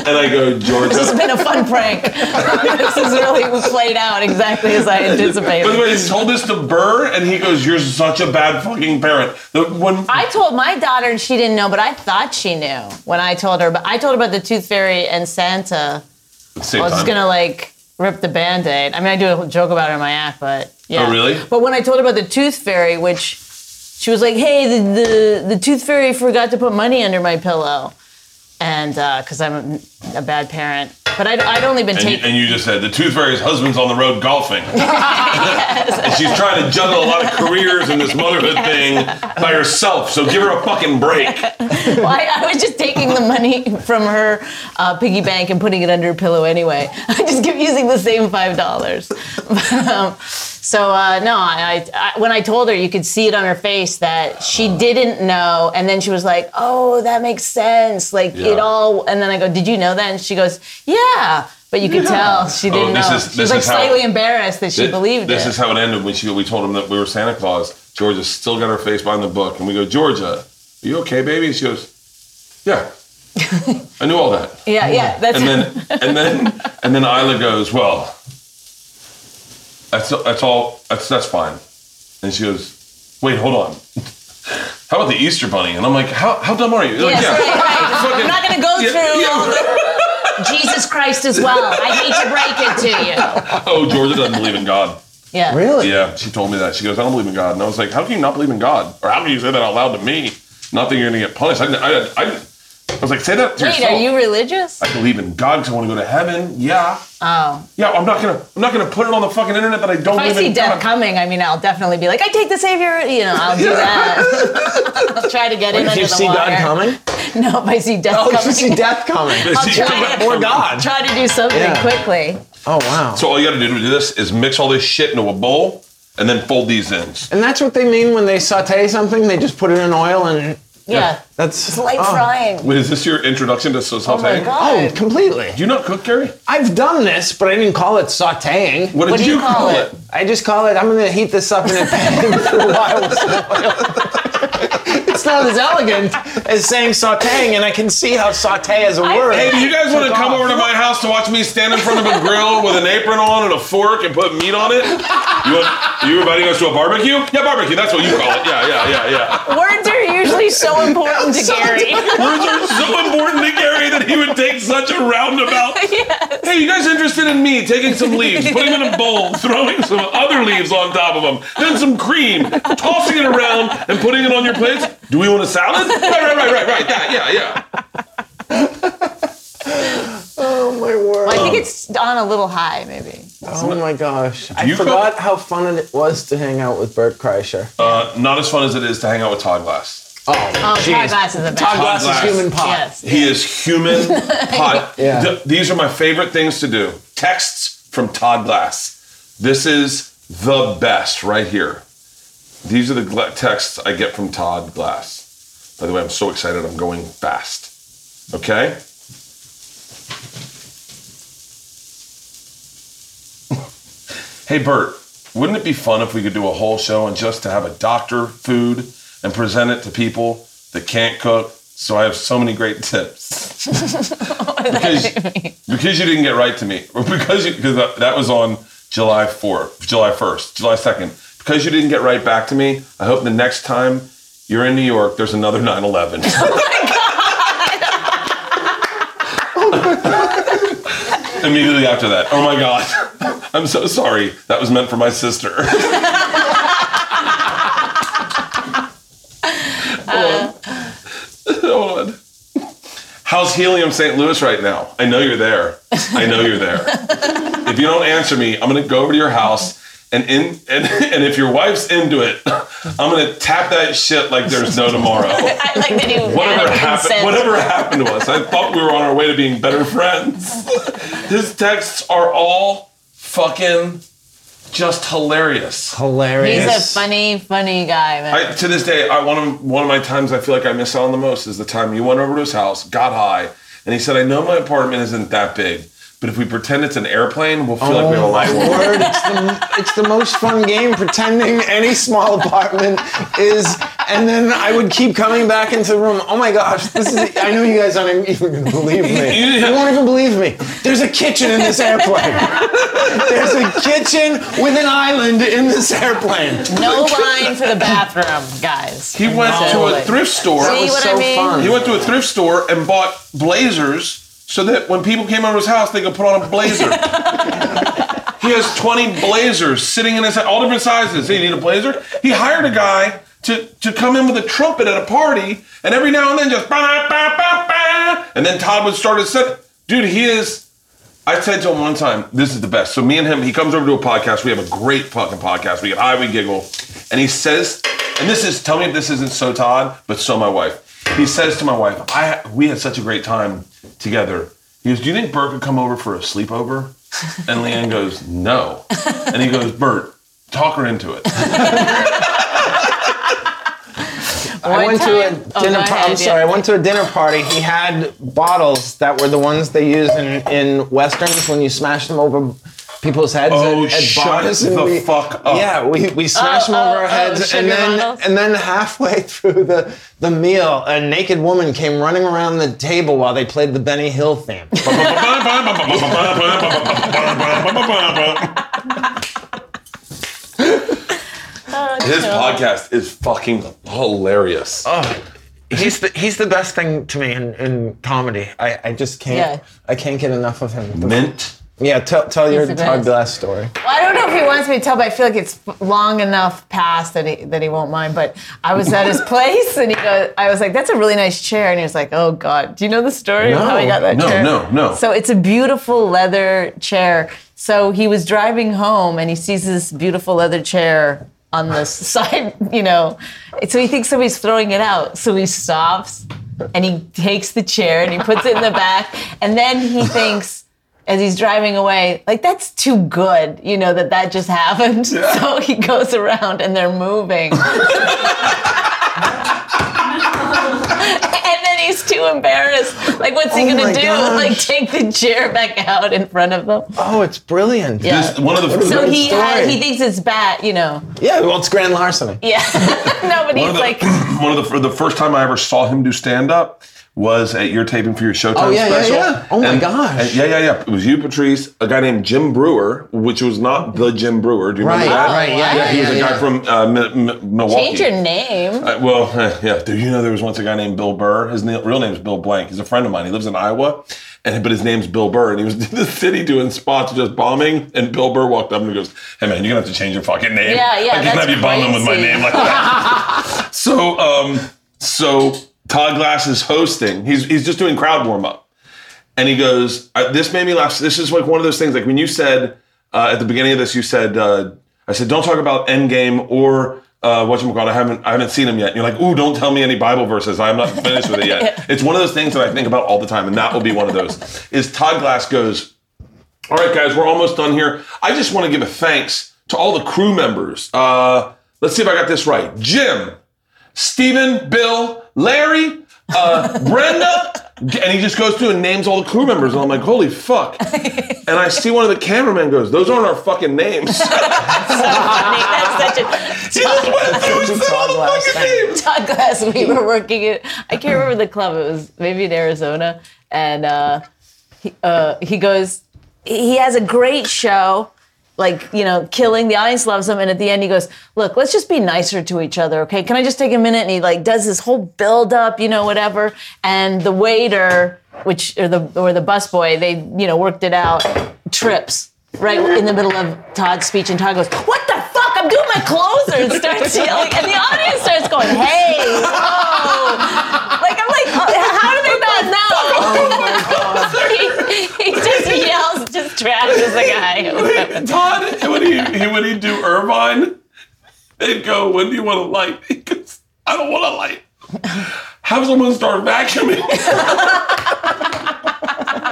and I go, Georgia. This has been a fun prank. this is really played out exactly as I anticipated. By the way, he told this to Burr, and he goes, "You're such a bad fucking parent." The, when I told my daughter and she didn't know, but I thought she knew when I told her. But I told her about the Tooth Fairy and Santa. Same I was just time. gonna like rip the band-aid. I mean, I do a joke about it in my act, but yeah. Oh, really? But when I told her about the Tooth Fairy, which she was like, "Hey, the the, the Tooth Fairy forgot to put money under my pillow," and because I'm a, a bad parent, but I'd, I'd only been And you, taking. and you just said the Tooth Fairy's husband's on the road golfing. And she's trying to juggle a lot of careers in this motherhood thing by herself. So give her a fucking break. Well, I, I was just taking the money from her uh, piggy bank and putting it under her pillow anyway. I just kept using the same five dollars. um, so uh, no, I, I, I when I told her, you could see it on her face that she didn't know, and then she was like, "Oh, that makes sense." Like Yeah. it all, and then I go, "Did you know that?" And she goes, "Yeah." But you could tell she Oh, didn't this know. is- she this was like is how- slightly embarrassed that she Thi- believed this it. is how it ended when she we told him that we were Santa Claus. Georgia still got her face behind the book, and we go, Georgia, are you okay, baby? And she goes, Yeah, I knew all that. yeah, yeah. That's and then and then and then Isla goes, "Well, that's that's all. That's that's fine." And she goes, "Wait, hold on. How about the Easter Bunny?" And I'm like, "How how dumb are you?" Like, Yes, right, right. Fucking- I'm not going to go through yeah. all the Jesus Christ as well. I hate to break it to oh, Georgia doesn't believe in God. you. Yeah. really? Yeah, she told me that. She goes, "I don't believe in God," and I was like, "How can you not believe in God? Or how can you say that out loud to me? Not that you're going to get punished." I didn't- I, didn't- I, didn't- I was like, "Say that to Wait, yourself." are you religious? I believe in God because I want to go to heaven. Yeah. Oh. Yeah, I'm not gonna. I'm not gonna put it on the fucking internet that I don't. If I believe see in God. death coming, I mean, I'll definitely be like, I take the Savior. You know, I'll do that. I'll try to get in Did under you the see water. God coming? No, if I see death Oh, coming. you see death coming. Or God. Try to do something Yeah. quickly. Oh wow. So all you got to do to do this is mix all this shit into a bowl and then fold these in. and that's what they mean when they saute something. They just put it in oil and Yeah. that's It's light oh. frying. Wait, is this your introduction to sauteing? Oh my Oh, god. completely. Do you not cook, Gary? I've done this, but I didn't call it sauteing. What did What do you, you call it? I just call it. I'm gonna heat this up in a pan for a while. with some oil. it's not as elegant as saying sautéing, and I can see how sauté is a word. Hey, do you guys want to Took come off. over to my house to watch me stand in front of a grill with an apron on and a fork and put meat on it? You, want, you inviting us to a barbecue? Yeah, barbecue. That's what you call it. Yeah, yeah, yeah, yeah. Words are usually so important to So Gary. Words are so important to Gary that he would take such a roundabout. Hey, you guys interested in me taking some leaves, putting them in a bowl, throwing some other leaves on top of them, then some cream, tossing it around and putting it on your plates? Do we want a salad? Right, right, right, right, right. Yeah, yeah, yeah. Oh my word. I think it's on a little high, maybe. Oh my gosh. I you forgot how fun it was to hang out with Bert Kreischer. Uh, not as fun as it is to hang out with Todd Glass. oh, Oh, jeez. Todd Glass is the best. Todd Glass Glass. is human pot. Yes. He is human pot. Yeah. Th- these are my favorite things to do. Texts from Todd Glass. This is the best right here. These are the gla- texts I get from Todd Glass. By the way, I'm so excited. I'm going fast. Okay? hey, Bert, wouldn't it be fun if we could do a whole show and just to have a doctor, food, and present it to people that can't cook? So I have so many great tips. because, because you didn't get right to me, or because you, because that, that was on July 4th, July 1st, July 2nd. Because you didn't get right back to me, I hope the next time you're in New York, there's another 9 11. Immediately after that, oh my God, I'm so sorry. That was meant for my sister. Hold on. How's helium St. Louis right now? I know you're there. I know you're there. if you don't answer me, I'm gonna go over to your house and in and, and if your wife's into it, I'm gonna tap that shit like there's no tomorrow. I like that he Whatever added happened consent. whatever happened to us. I thought we were on our way to being better friends. His texts are all fucking just hilarious. Hilarious. He's a funny, funny guy, man. I, to this day, I, one of one of my times I feel like I miss out on the most is the time you went over to his house, got high, and he said, "I know my apartment isn't that big, but if we pretend it's an airplane, we'll feel like we have a my light one." word, Oh, it's the, it's the most fun game pretending any small apartment is. And then I would keep coming back into the room. Oh my gosh, this is. I know you guys aren't even going to believe me. You won't even believe me. There's a kitchen in this airplane. There's a kitchen with an island in this airplane. no line for the bathroom, guys. He went to a thrift store. See was what so I mean? fun. He went to a thrift store and bought blazers so that when people came over his house, they could put on a blazer. he has 20 blazers sitting in his all different sizes. Hey, you need a blazer? He hired a guy to, to come in with a trumpet at a party, and every now and then just ba ba ba ba, and then Todd would start his set. Dude, he is. I said to him one time, this is the best. So me and him, he comes over to a podcast. We have a great fucking podcast. We get high, we giggle. And he says, and this is, tell me if this isn't so Todd, but so my wife. He says to my wife, I we had such a great time together. He goes, do you think Bert could come over for a sleepover? And Leanne goes, no. And he goes, Bert, talk her into it. I One went to a time- dinner. oh, go par- I'm ahead, yeah. sorry. I went to a dinner party. He had bottles that were the ones they use in, in westerns when you smash them over people's heads. Oh, at, at shut bars. And the we- fuck up. Yeah, we, we smashed them oh, over oh, our heads, and sugar then bottles? and then halfway through the the meal, a naked woman came running around the table while they played the Benny Hill theme. His podcast is fucking hilarious. Uh, he's the he's the best thing to me in, in comedy. I, I just Yeah. can't I can't get enough of him. Mint. Yeah, tell tell your the Todd best. Glass story. Well, I don't know if he wants me to tell, but I feel like it's long enough past that he that he won't mind. But I was at his place, and he goes, I was like, "That's a really nice chair," and he was like, "Oh God, do you know the story of how he got that No, chair?" no, no. So it's a beautiful leather chair. So he was driving home, and he sees this beautiful leather chair on the side, you know. So he thinks somebody's throwing it out. So he stops. and he takes the chair and he puts it in the back. And then he thinks, as he's driving away, like, that's too good, you know, that that just happened. So he goes around and they're moving. And then he's too embarrassed. Like, what's he Oh gonna my do? gosh. Like, take the chair back out in front of them. Oh, it's brilliant. Yeah. This, one of the So Great he has, story. he thinks it's bad, you know. Yeah, well, it's grand larceny. Yeah. no, one but he's of the, like, one of the the first time I ever saw him do stand up was at your taping for your Showtime Oh, yeah, yeah, special. yeah. Oh, my And- gosh. and- yeah, yeah, yeah. It was you, Patrice, a guy named Jim Brewer, which was not the Jim Brewer. Do you Right, remember that? right, yeah, Yeah, he was yeah, a guy yeah. from uh, Mi- Mi- Milwaukee. change your name. Uh, well, eh, yeah. Do you know there was once a guy named Bill Burr? His na- real name is Bill Blank. He's a friend of mine. He lives in Iowa, and but his name's Bill Burr, and he was in the city doing spots, just bombing. And Bill Burr walked up and he goes, "Hey man, you're gonna have to change your fucking name. Yeah, yeah, I can't that's have you bombing with my crazy. name like that." so, um, so Todd Glass is hosting. He's he's just doing crowd warm up, and he goes, I, "This made me laugh. This is like one of those things. Like when you said uh, at the beginning of this, you said, uh, I said, don't talk about Endgame or uh, what you call I haven't I haven't seen him yet. And you're like, ooh, don't tell me any Bible verses. I'm not finished with it yet. It's one of those things that I think about all the time, and that will be one of those. Is Todd Glass goes, all right, guys, we're almost done here. I just want to give a thanks to all the crew members. Uh, let's see if I got this right. Jim, Stephen, Bill, Larry, uh, Brenda, and he just goes through and names all the crew members, and I'm like, holy fuck. And I see one of the cameramen goes, those aren't our fucking names. funny. That's such a he just went through and said all the fucking names. Todd Glass. We were working at I can't remember the club. It was maybe in Arizona, and uh, he, uh, he goes. He has a great show. Like, you know, killing the audience loves him. And at the end, he goes, Look, let's just be nicer to each other, okay? Can I just take a minute? And he, like, does this whole build up, you know, whatever. And the waiter, which, or the, or the busboy, they, you know, worked it out, trips right in the middle of Todd's speech. And Todd goes, What the fuck? I'm doing my closer. And starts yelling. And the audience starts going, Hey, whoa. Like, I'm like, "Oh, How do they not know? he, he just yells, just trashes the guy. Todd, when he, he when he do Irvine, they'd go, when do you want a light? He goes, I don't want a light. Have someone start vacuuming.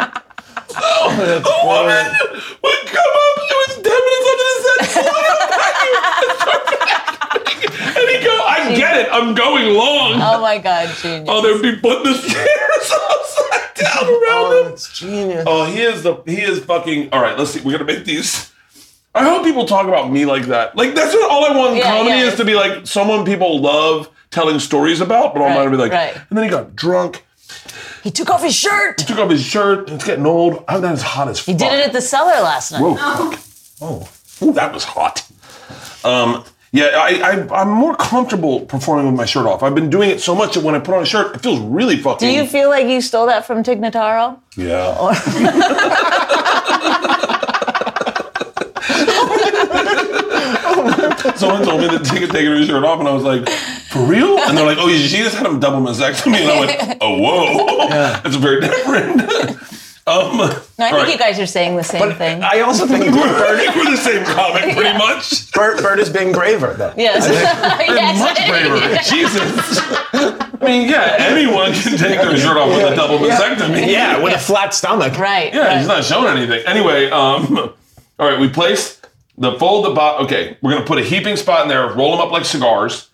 That's The woman brilliant. would Oh, come up. It was ten minutes after the set. "Someone unpack it." and he go, I get it. I'm going long. Oh my God, genius. Oh, they'd be putting the stairs upside down around Oh, him. it's genius. Oh, he is the he is fucking. All right, let's see. We're gonna make these. I hope people talk about me like that. Like that's what all I want in Yeah, comedy yeah. is to be like someone people love telling stories about, but I'm Right, gonna be like. right. And then he got drunk, He took off his shirt. took off his shirt. It's getting old. I'm not as hot as He did it at the cellar last night. Whoa. Oh. Ooh, that was hot. Um, yeah, I, I, I'm more comfortable performing with my shirt off. I've been doing it so much that when I put on a shirt, it feels really fucking. Do you feel like you stole that from Tignataro? yeah. Someone told me to take it, take her shirt off, and I was like, "For real?" And they're like, "Oh, she just had him double mastectomy," and I went, "Oh, whoa, that's very different." um, no, No, I think you guys are saying the same thing. I also think we're, we're the same comic, pretty much. Bert, Bert is being braver, though. yes. They're yes. much braver. Jesus. I mean, yeah, anyone can take their shirt off with a double vasectomy. Yeah, with a flat stomach. Right. Yeah, he's right. not showing anything. Anyway, um, all right, we placed the fold the bot. Okay, we're gonna put a heaping spot in there, roll them up like cigars,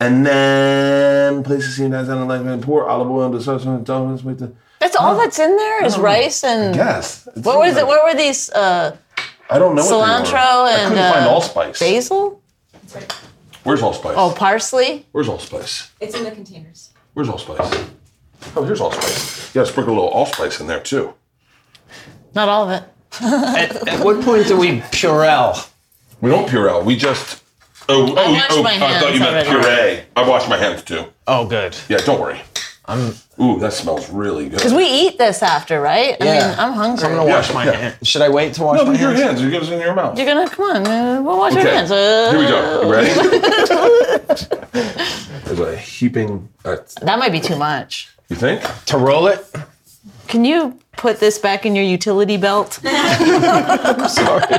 and then place the scene down like and pour olive oil into sauce and dumplings with the. That's all that's in there Mm. is rice and Yes. what was it? What were these? Uh, I don't know. what they were. cilantro I and, couldn't find uh, allspice. basil? Where's allspice? Oh, parsley. Where's allspice? It's in the containers. Where's allspice? Oh, here's allspice. You gotta sprinkle a little allspice in there too. Not all of it. At, at what point do we Purell? We don't Purell. We just. Oh, oh, washed oh, my I thought you meant hands already. puree. I washed my hands too. Oh, good. Yeah, don't worry. I'm. Ooh, that smells really good. Because we eat this after, right? I mean, I'm hungry. So I'm gonna wash my yeah. hands. Should I wait to wash No, my but your hands? hands. You get us in your mouth. You're gonna come on. Uh, we'll wash our Okay. hands. Here we Uh, go. You ready? There's a heaping. Uh, that might be too much. you think? To roll it? Can you put this back in your utility belt? Sorry.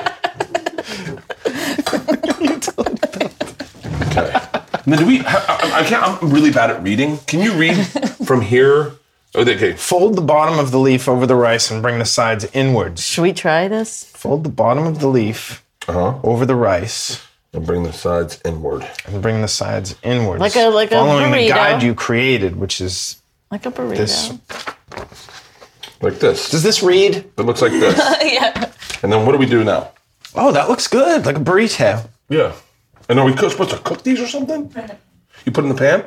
Okay. And then do we? I, I- I can't. I'm really bad at reading. Can you read? from here. Oh, okay. Fold the bottom of the leaf over the rice and bring the sides inwards. Should we try this? Fold the bottom of the leaf Uh-huh. over the rice And bring the sides inward. and bring the sides inwards. Like a- like a following the burrito. guide you created, which is Like a burrito. this. Like this. Does this read? It looks like this. yeah. and then what do we do now? Oh, that looks good, like a burrito. Yeah. And are we co- supposed to cook these or something? You put it in the pan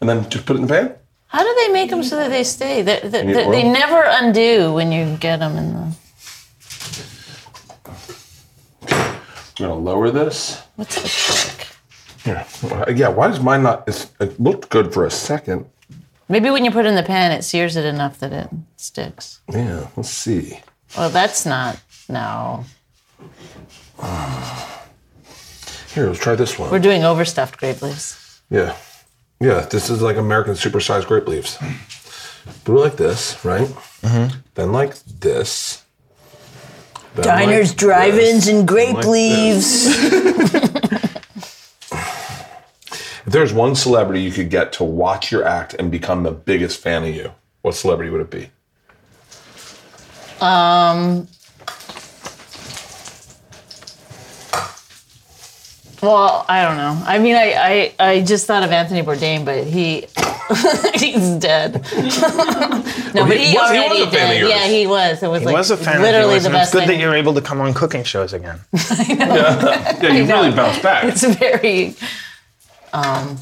and then just put it in the pan? How do they make them so that they stay? They, they, need they, they oil? never undo when you get them in the. We're going to lower this. What's the trick? Yeah. Yeah. Why does mine not? It's, it looked good for a second. Maybe when you put it in the pan, it sears it enough that it sticks. Yeah. Let's see. Well, that's not. No. Here, let's try this one. We're doing overstuffed grape leaves. Yeah. Yeah, this is like American supersized grape leaves. Brew like this, right? Then like this. Then Diners, like drive-ins, this, and then grape like leaves. this. If there's one celebrity you could get to watch your act and become the biggest fan of you, what celebrity would it be? Well, I don't know. I mean, I, I, I just thought of Anthony Bourdain, but he he's dead. no, but he, he was- he was already a fan of did. yours. Yeah, he was. It was He like was a fan literally of yours, the and it's best good thing. Uh-huh. that you're able to come on cooking shows again. Yeah, you really bounced back. it's very. Um,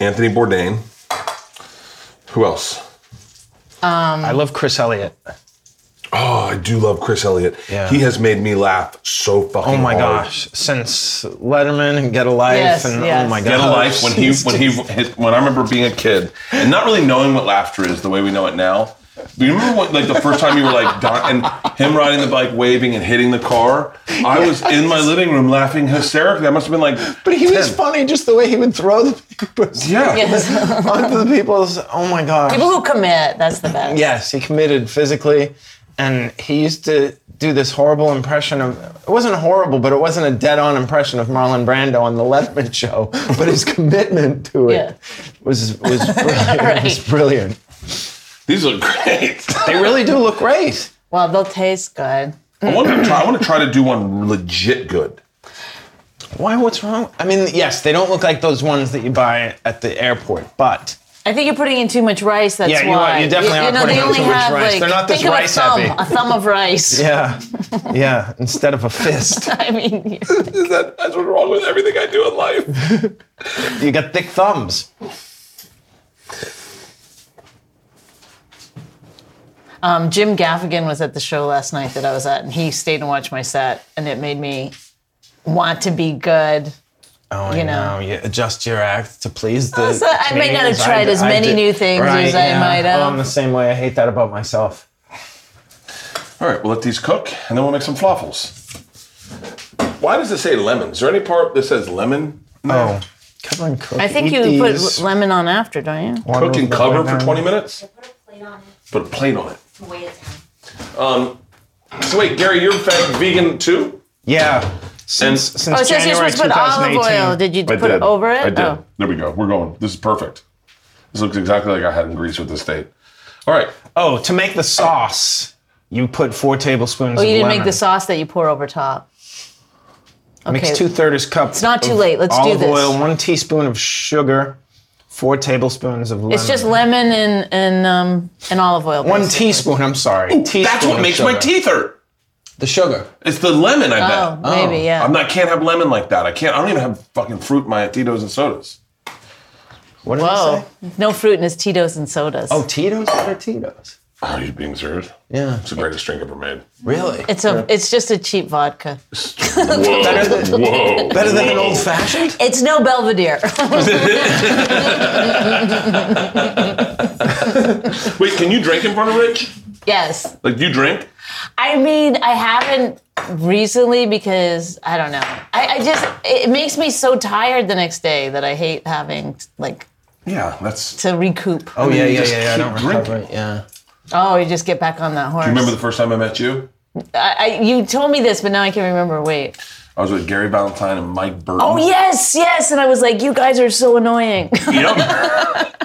Anthony Bourdain. Who else? I love Chris Elliott. Oh, I do love Chris Elliott. Yeah. He has made me laugh so fucking Oh my hard. gosh! Since Letterman and Get a Life, Yes, and yes. oh my gosh, Get a life when he when he his, when I remember being a kid and not really knowing what laughter is the way we know it now. Do you remember when, like the first time you were like don- and him riding the bike, waving and hitting the car? I was in my living room laughing hysterically. I must have been like, But he was 10. funny, just the way he would throw the papers Yeah, yes. onto the people's. Oh my gosh! People who commit, that's the best. Yes, he committed physically, and he used to do this horrible impression of. It wasn't horrible, but it wasn't a dead-on impression of Marlon Brando on the Letterman show. But his commitment to it Yeah. was was brilliant. It was Right. brilliant. these look great. They really do look great. Well, they'll taste good. I want to try. I want to try to do one legit good. Why? What's wrong? I mean, yes, they don't look like those ones that you buy at the airport, but I think you're putting in too much rice. That's why. Yeah, you are. You definitely are know, putting they in only too much have, rice. Like, They're not this think of rice a thumb, heavy. A thumb of rice. yeah, yeah. Instead of a fist, I mean, Is that that's what's wrong with everything I do in life? you got thick thumbs. um, Jim Gaffigan was at the show last night that I was at, and he stayed and watched my set, and it made me want to be good. Oh, I You know. know. You adjust your act to please the. Also, I might not have comedians. tried d- as many did- new things as I might have. Oh, I'm the same way. I hate that about myself. All right, we'll let these cook and then we'll make some falafels. Why does it say lemon? Is there any part that says lemon? Oh, cover and cook. I think Eat you these. put lemon on after, don't you? Oh, Water cook and with the cover for lemon. 20 minutes? Put a plate on it Put a plate on it. Um, to weigh it down. So wait, Gary, you're fat vegan too? Yeah. And Oh, Since it says you're January supposed to put olive 2018. oil. Did you put it over it? I did. Oh. There we go. We're going. This is perfect. This looks exactly like I had in Greece with the state. All right. Uh, Oh, to make the sauce, you put four tablespoons. Oh, you of didn't lemon. make the sauce that you pour over top. Mix two thirds cup. It's not too late. Let's do olive this. oil, one teaspoon of sugar, four tablespoons of lemon. It's just lemon and and um and olive oil. One basically. teaspoon. I'm sorry. teaspoon That's what of makes sugar. my teeth hurt. The sugar. It's the lemon, I Oh, bet. maybe yeah. I'm not can't have lemon like that. I can't I don't even have fucking fruit in my Tito's and sodas. What did Whoa, I say? no fruit in his Tito's and sodas. Oh, Tito's. What are Tito's? Are you Oh, being serious? Yeah. It's the greatest drink ever made. Really? It's a it's just a cheap vodka. Whoa. Better than- whoa. Better than an old fashioned? It's no Belvedere. Wait, can you drink in front of Rich? yes. Like do you drink? I mean, I haven't recently because I don't know. I, I just it makes me so tired the next day that I hate having like Yeah, that's to recoup. Oh yeah, yeah, just yeah, yeah. I keep don't remember. drinking. it, Yeah. Oh, you just get back on that horse. remember the first time I met you? I, I, you told me this, but now I can't remember. Wait, I was with Gary Valentine and Mike Burton. Oh yes, yes. And I was like, you guys are so annoying. Yep.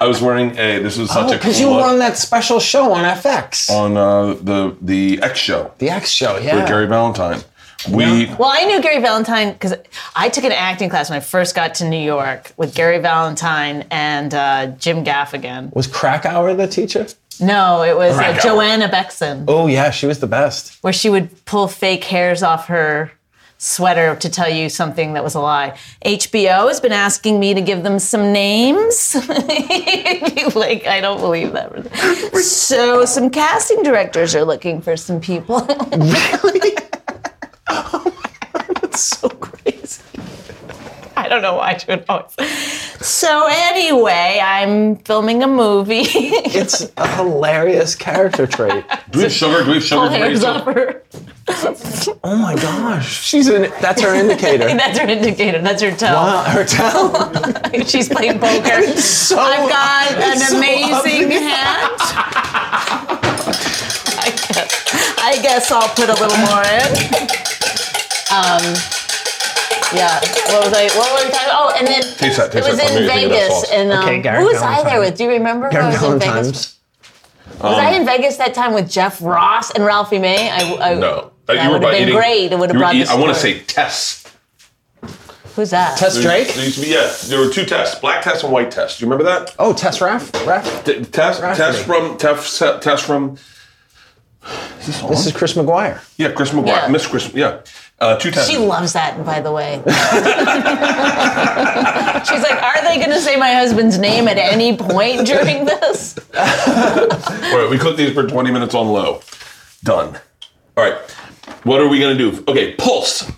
I was wearing a. This was such a cool Because you were look on that special show Oh, on FX, on uh, the the X show the X show. Yeah. with Gary Valentine. We Well, I knew Gary Valentine because I took an acting class when I first got to New York with Gary Valentine and uh, Jim Gaffigan. Was Krakauer the teacher? No, it was uh, Right. Joanna Bexon, Oh yeah, she was the best. where she would pull fake hairs off her sweater to tell you something that was a lie. HBO has been asking me to give them some names. like, I don't believe that. So, some casting directors are looking for some people. so crazy. I don't know why I do it always. So anyway, I'm filming a movie. It's a hilarious character trait. do we have sugar? Do we have sugar? for Hands Rachel? up her. Oh my gosh, she's an, that's her indicator. That's her indicator. That's her tell. Wow, her talent. She's playing poker. So uh, I've got an so amazing obvious. hand. I guess, I guess I'll put a little more in. Um, yeah. What was I? What was I? talking- Oh, and then Taste that, taste it was that. Let in me think of that sauce. Vegas, and um, Okay, Gary who was I Valentine. there with? Do you remember? who I was in Vegas. Valentine's. Was I in Vegas that time with Jeff Ross and Ralphie May? I, I, No. Uh, That you were would have about been eating- great. It would you have were brought eat- the I want to story. say Tess. Who's that? Tess Drake. There used to be, yeah, there were two tests, black test and white test. Do you remember that? Oh, Tess Raff. Raff. T- test, Rafferty. test from, test, test from, is this on? This is Chris McGuire. yeah, Chris McGuire, Yeah. Miss Chris, yeah. Uh, two tests. She loves that, by the way. She's like, are they going to say my husband's name at any point during this? All right, we cooked these for 20 minutes on low. Done. All right, what are we going to do? Okay, pulse.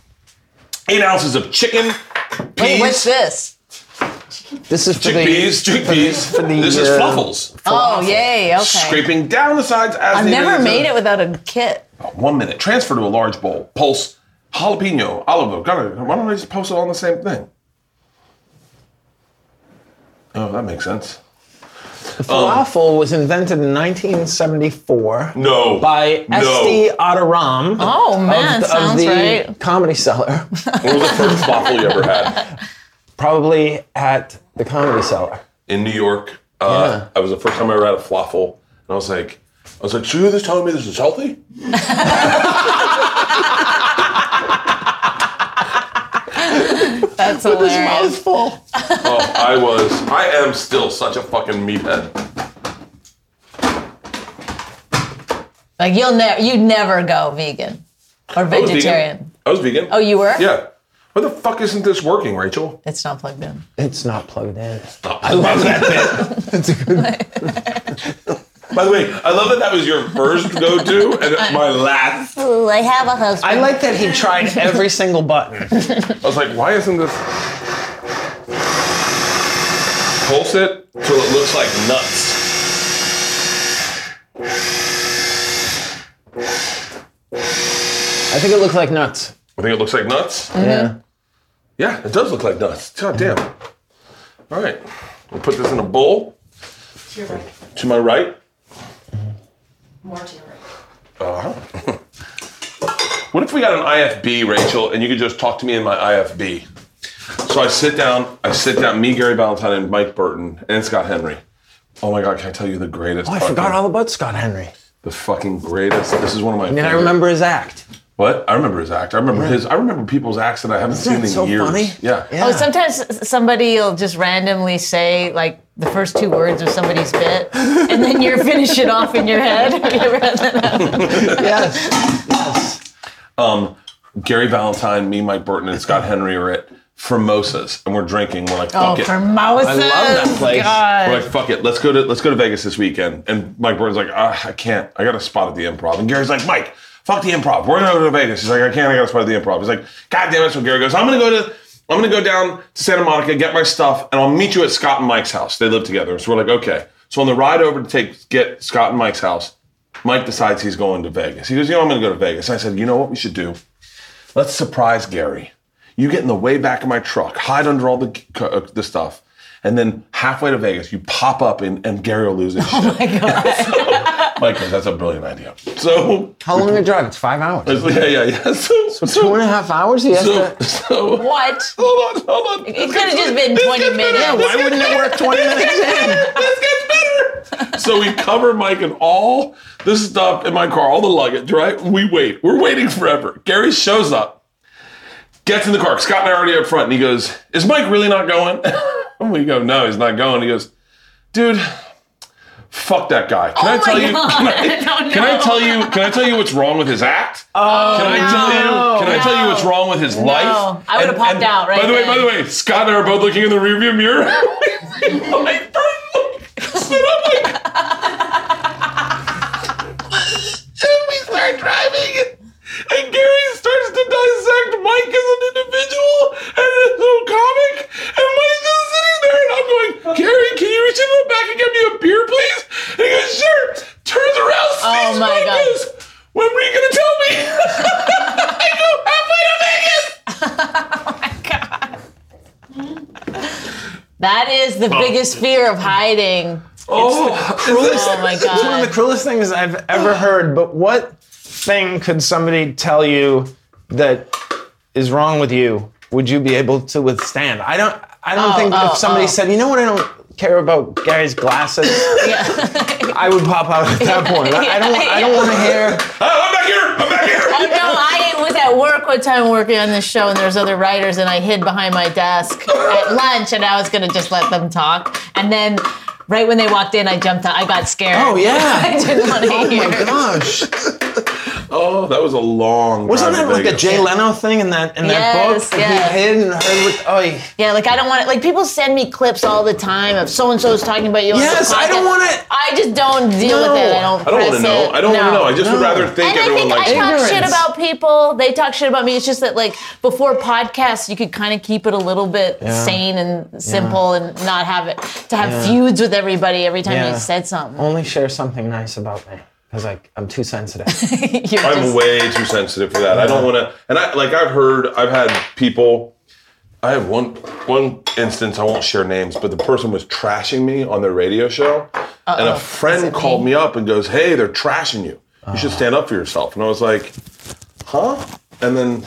Eight ounces of chicken, peas, Wait, what's this? This is for chickpeas, chickpeas. for the, this is uh, fluffles. Oh, yay. Okay. Scraping down the sides as I've they never made made it without a kit. One minute. Transfer to a large bowl. Pulse. Jalapeno. Olive oil. garlic. Why don't I just post it all on the same thing? Oh, that makes sense. The falafel was invented in 1974 No. by No. Esti Adaram. Oh, man, of, sounds the right. comedy cellar, What was the first waffle you ever had probably at the comedy cellar. in New York? Uh, I was the first time I ever had a fluffle, and I was like, I was like, so you're just telling me this is healthy? That's hilarious. Mouthful. oh, I was. I am still such a fucking meathead. Like, you'll never, you'd never go vegan or I was vegan. vegetarian. I was vegan. Oh, you were? Yeah. Why the fuck isn't this working, Rachel? Oh, It's not plugged in. It's not plugged in. I love that bit. By the way, I love that that was your first go-to and my last. I I have a husband. I like that he tried every single button. was like, why isn't this? Pulse it till it looks like nuts. I think it looked like nuts. I think it looks like nuts. Yeah. Yeah, it does look like nuts. God damn. All right, we'll put this in a bowl. To your right. To my right. More to your right. Uh-huh. what if we got an IFB, Rachel, and you could just talk to me in my IFB? So I sit down, I sit down, me, Gary Valentine, and Mike Burton, and Scott Henry. Oh my God, can I tell you the greatest? Oh, I fucking- forgot all about Scott Henry. the fucking greatest. This is one of my. And I favorite- remember his act. What? I remember his act. I remember his. I remember people's acts that I haven't Isn't seen that in so years. funny? Yeah. Yeah. Oh, sometimes s- somebody will just randomly say like the first two words of somebody's bit, and then you're finish it off in your head. Have you ever had that happen? yes. Yes. Um, Gary Valentine, me, Mike Burton, and Scott Henry are at Formosa's, and we're drinking. We're like, Oh, fuck it. Formosa! I love that place. Oh, God. We're like, fuck it. Let's go to let's go to Vegas this weekend. And Mike Burton's like, ah, I can't. I got a spot at the Improv. And Gary's like, Mike, fuck the Improv. We're gonna go to Vegas. He's like, I can't. I got a spot at the Improv. He's like, God damn it. So Gary goes, I'm gonna go to. I'm gonna go down to Santa Monica, get my stuff, and I'll meet you at Scott and Mike's house. They live together, so we're like, okay. So on the ride over to take get Scott and Mike's house, Mike decides he's going to Vegas. He goes, you know, I'm gonna go to Vegas. And I said, you know what we should do? Let's surprise Gary. You get in the way back of my truck, hide under all the uh, the stuff, and then halfway to Vegas, you pop up and, and Gary will lose his shit. God. Mike goes, that's a brilliant idea. So, How long did it drive? It's five hours. yeah, yeah, yeah. So, so, Two and a half hours? He has so, to. so- What? Hold on, hold on. This It could have gets just better. been This 20 gets better. minutes. Yeah, Why wouldn't it work 20 minutes in? this gets better. So we cover Mike and all this stuff in my car, all the luggage, right? We wait. We're waiting forever. Gary shows up, gets in the car. Scott and I are already up front, and he goes, Is Mike really not going? and we go, No, he's not going. He goes, Dude, fuck that guy. Can I Oh my tell you? God. Can I, Oh, can I no. tell you? Can I tell you what's wrong with his act? can Oh, I tell you? Can I tell you what's wrong with his life? I would've And- popped and out right By the way, by then. the way, Scott and I are both looking in the rearview mirror. We- we- my friend looks, and I'm like, and we start driving, and, and Gary starts to dissect Mike as an individual and as a comic, and Mike's just sitting there, and I'm going, Gary, can you reach in the back and get me a beer, please? And he goes, sure. Turns around, sees Oh my Mike, God. goes, when were you gonna tell me? I go, halfway to Vegas. That is the biggest fear of hiding. Oh, Oh my It's one of the god. cruelest things I've ever heard. But what thing could somebody tell you that is wrong with you? Would you be able to withstand? I don't. I don't think oh, if somebody oh. said, "You know what? I don't care about Gary's glasses," I would pop out at that point. I, I don't. I don't want to hear. Uh, I'm back here. I'm back here. Oh no, I was at work one time working on this show and there's other writers and I hid behind my desk at lunch and I was gonna just let them talk. And then right when they walked in I jumped out I got scared. Oh I yeah. didn't want to hear. Oh my gosh. Oh, that was a long. Wasn't drive that to like a Vegas. Jay Leno thing in that in Yes, that book? yeah. He hid and heard with. Oh, he- Yeah, like I don't want to. Like people send me clips all the time of so and so's talking about you. on the Yes, I don't podcast. wanna- I just don't deal No. with it. I don't. I don't want to know. I don't want to know. I just would No. rather think and I everyone think likes I talk ignorance. shit about people. They talk shit about me. It's just that, like, before podcasts, you could kind of keep it a little bit Yeah. sane and simple, and not have it to have feuds with everybody every time Yeah. Oh. you said something. only share something nice about me because like I'm too sensitive. You're I'm just- way too sensitive for that. I don't want to. And I like I've heard. I've had people. I have one one instance. I won't share names, but the person was trashing me on their radio show, and a friend called me? up and goes, "Hey, they're trashing you. You should stand up for yourself." And I was like, "Huh?" And then,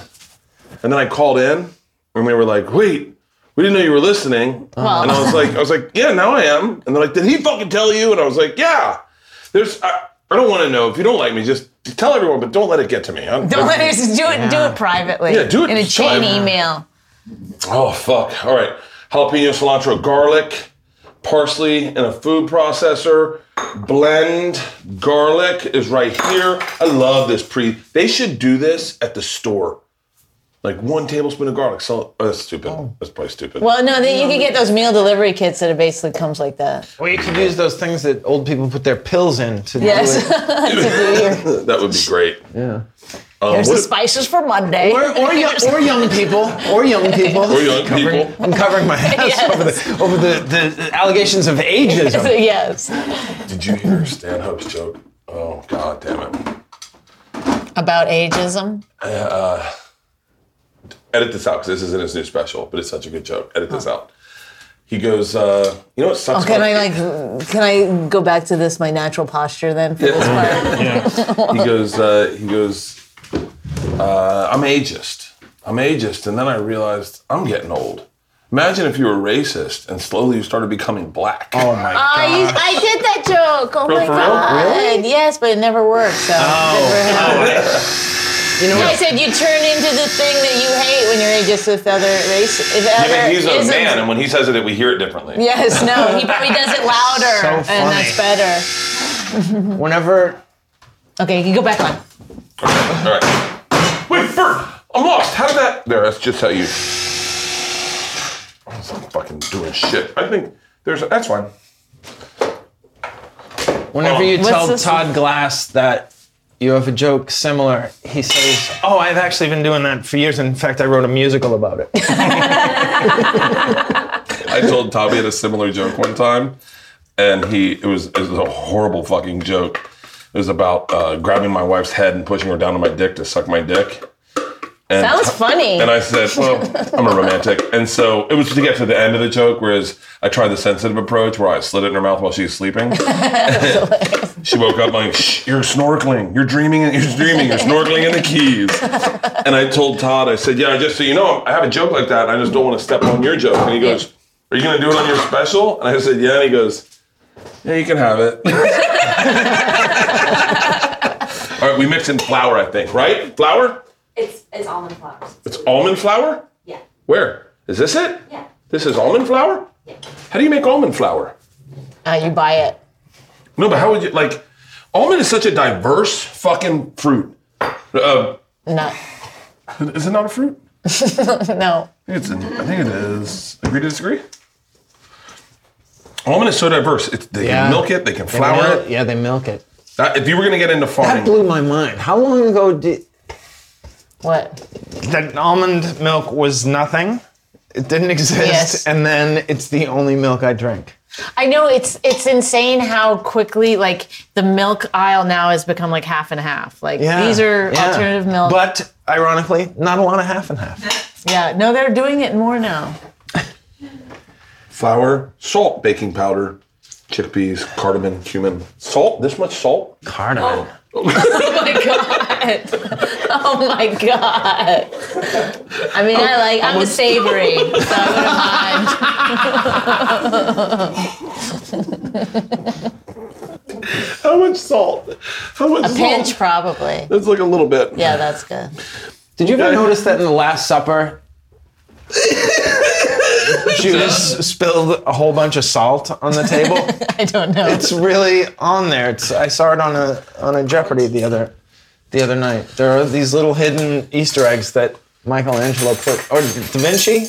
and then I called in, and they were like, "Wait." We didn't know you were listening, and I was like, I was like, yeah, now I am. And they're like, did he fucking tell you? And I was like, yeah. There's, I, I don't want to know. If you don't like me, just tell everyone, but don't let it get to me. I'm- Don't let it do it. Do it privately. Yeah, do it in a chain private. email. Oh fuck! All right, jalapeno, cilantro, garlic, parsley in a food processor. Blend garlic is right here. I love this pre. They should do this at the store. Like one tablespoon of garlic. So oh, that's stupid. That's probably stupid. Well, no, then you can get those meal delivery kits that it basically comes like that. Oh, or you could use those things that old people put their pills in to do Yes. it. that would be great. Yeah. Um, Here's what the if- spices for Monday. or or, young, or young people, or young people. Or young people. I'm covering my ass Yes. over, the, over the, the allegations of ageism. So, yes. Did you hear Stanhope's joke? Oh god damn it! About ageism. Edit this out because this isn't his new special, but it's such a good joke. Edit this out. He goes, uh, you know what sucks? Oh, can about- I like? Can I go back to this my natural posture then for this part? he goes, uh, he goes, uh, I'm ageist. I'm ageist. And then I realized I'm getting old. Imagine if you were racist and slowly you started becoming black. Oh my I, god. used- I did that joke. Oh my for real? god! Yes, but it never worked. So. oh. You know I what? said you turn into the thing that you hate when you're ageist with other race. If other And he's a isms. man, and when he says it, we hear it differently. Yes, no, he probably does it louder, So and that's better. Whenever Okay, you go back on. All right. Wait, Bert, I'm lost. How did that? There, that's just how you. I'm fucking doing shit. I think there's. That's fine. whenever you What's tell this- Todd Glass that you have a joke similar, he says, "Oh, I've actually been doing that for years. In fact, I wrote a musical about it." I told Tommy had a similar joke one time, and he it was it was a horrible fucking joke. It was about uh, grabbing my wife's head and pushing her down to my dick to suck my dick. And Sounds funny. And I said, well, I'm a romantic. And so it was to get to the end of the joke, whereas I tried the sensitive approach where I slid it in her mouth while she was sleeping. she woke up like, Shh, you're snorkeling. You're dreaming. You're dreaming. You're snorkeling in the Keys. And I told Todd, I said, yeah, just so you know, I have a joke like that. And I just don't want to step on your joke. And he goes, are you going to do it on your special? And I said, yeah. And he goes, yeah, you can have it. All right, we mixed in flour, I think, right? Flour? It's it's almond flowers. It's almond flour? Yeah. Where? Is this it? Yeah. This is almond flour? Yeah. How do you make almond flour? Uh, you buy it. No, but how would you, like, almond is such a diverse fucking fruit. Uh, No. is it not a fruit? No. I think, it's an, I think it is. Agree to disagree? Almond is so diverse. It's, they Yeah. can milk it, they can They flour mil- it. Yeah, they milk it. That- if you were going to get into That farming, blew my mind. How long ago did What? that almond milk was nothing? It didn't exist, Yes. and then it's the only milk I drink. I know it's it's insane how quickly like the milk aisle now has become like half and half. Like Yeah, these are yeah. alternative milk. But ironically, not a lot of half and half. yeah, no, they're doing it more now. flour, salt, baking powder, chickpeas, cardamom, cumin. Salt? This much salt? Cardamom. Oh my god! Oh my god! I mean, I like I'm a savory, so I wouldn't mind. How much salt? How much salt? Pinch probably. It's like a little bit. Yeah, that's good. Did you ever notice that in the Last Supper, Judas spilled a whole bunch of salt on the table? I don't know. it's really on there. It's, I saw it on a on a Jeopardy the other the other night. There are these little hidden Easter eggs that Michelangelo put, or Da Vinci.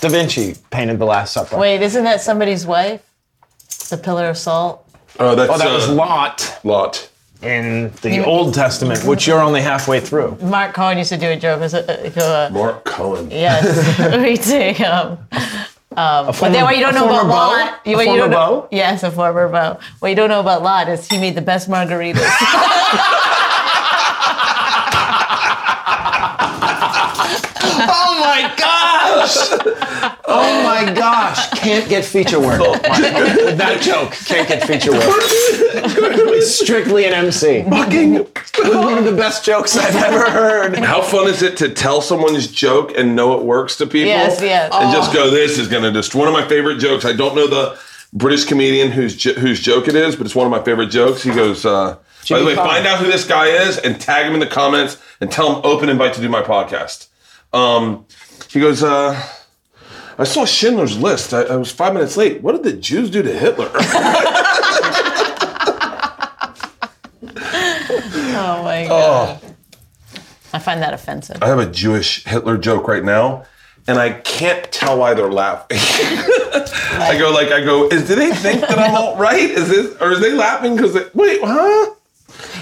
Da Vinci painted the Last Supper. Wait, isn't that somebody's wife? The pillar of salt. Oh, that's oh, that uh, was Lot lot. in Mm. the Old Testament, which you're only halfway through. Mark Cohen used to do a joke. Was uh, go, uh, Mark Cohen. yes, we do. Um, A former, But then what you don't a know about former beau? Lot, you, A what you former don't know, beau? yes, a former beau. What you don't know about Lot is he made the best margaritas. Oh my gosh! Oh my gosh! Can't get feature work. With that joke, can't get feature work. It's strictly an MC. Fucking. One of the best jokes I've ever heard. How fun is it to tell someone's joke and know it works to people? Yes, yes. And Oh. just go, this is going to just. One of my favorite jokes. I don't know the British comedian whose jo- whose joke it is, but it's one of my favorite jokes. He goes, uh, by the way, Fallon. find out who this guy is and tag him in the comments and tell him open invite to do my podcast. Um, he goes, uh, I saw Schindler's List. I, I was five minutes late. What did the Jews do to Hitler? oh my god! Oh. I find that offensive. I have a Jewish Hitler joke right now, and I can't tell why they're laughing. I go like, I go, is do they think that I'm all right? Is this or is they laughing because wait, huh? Oh,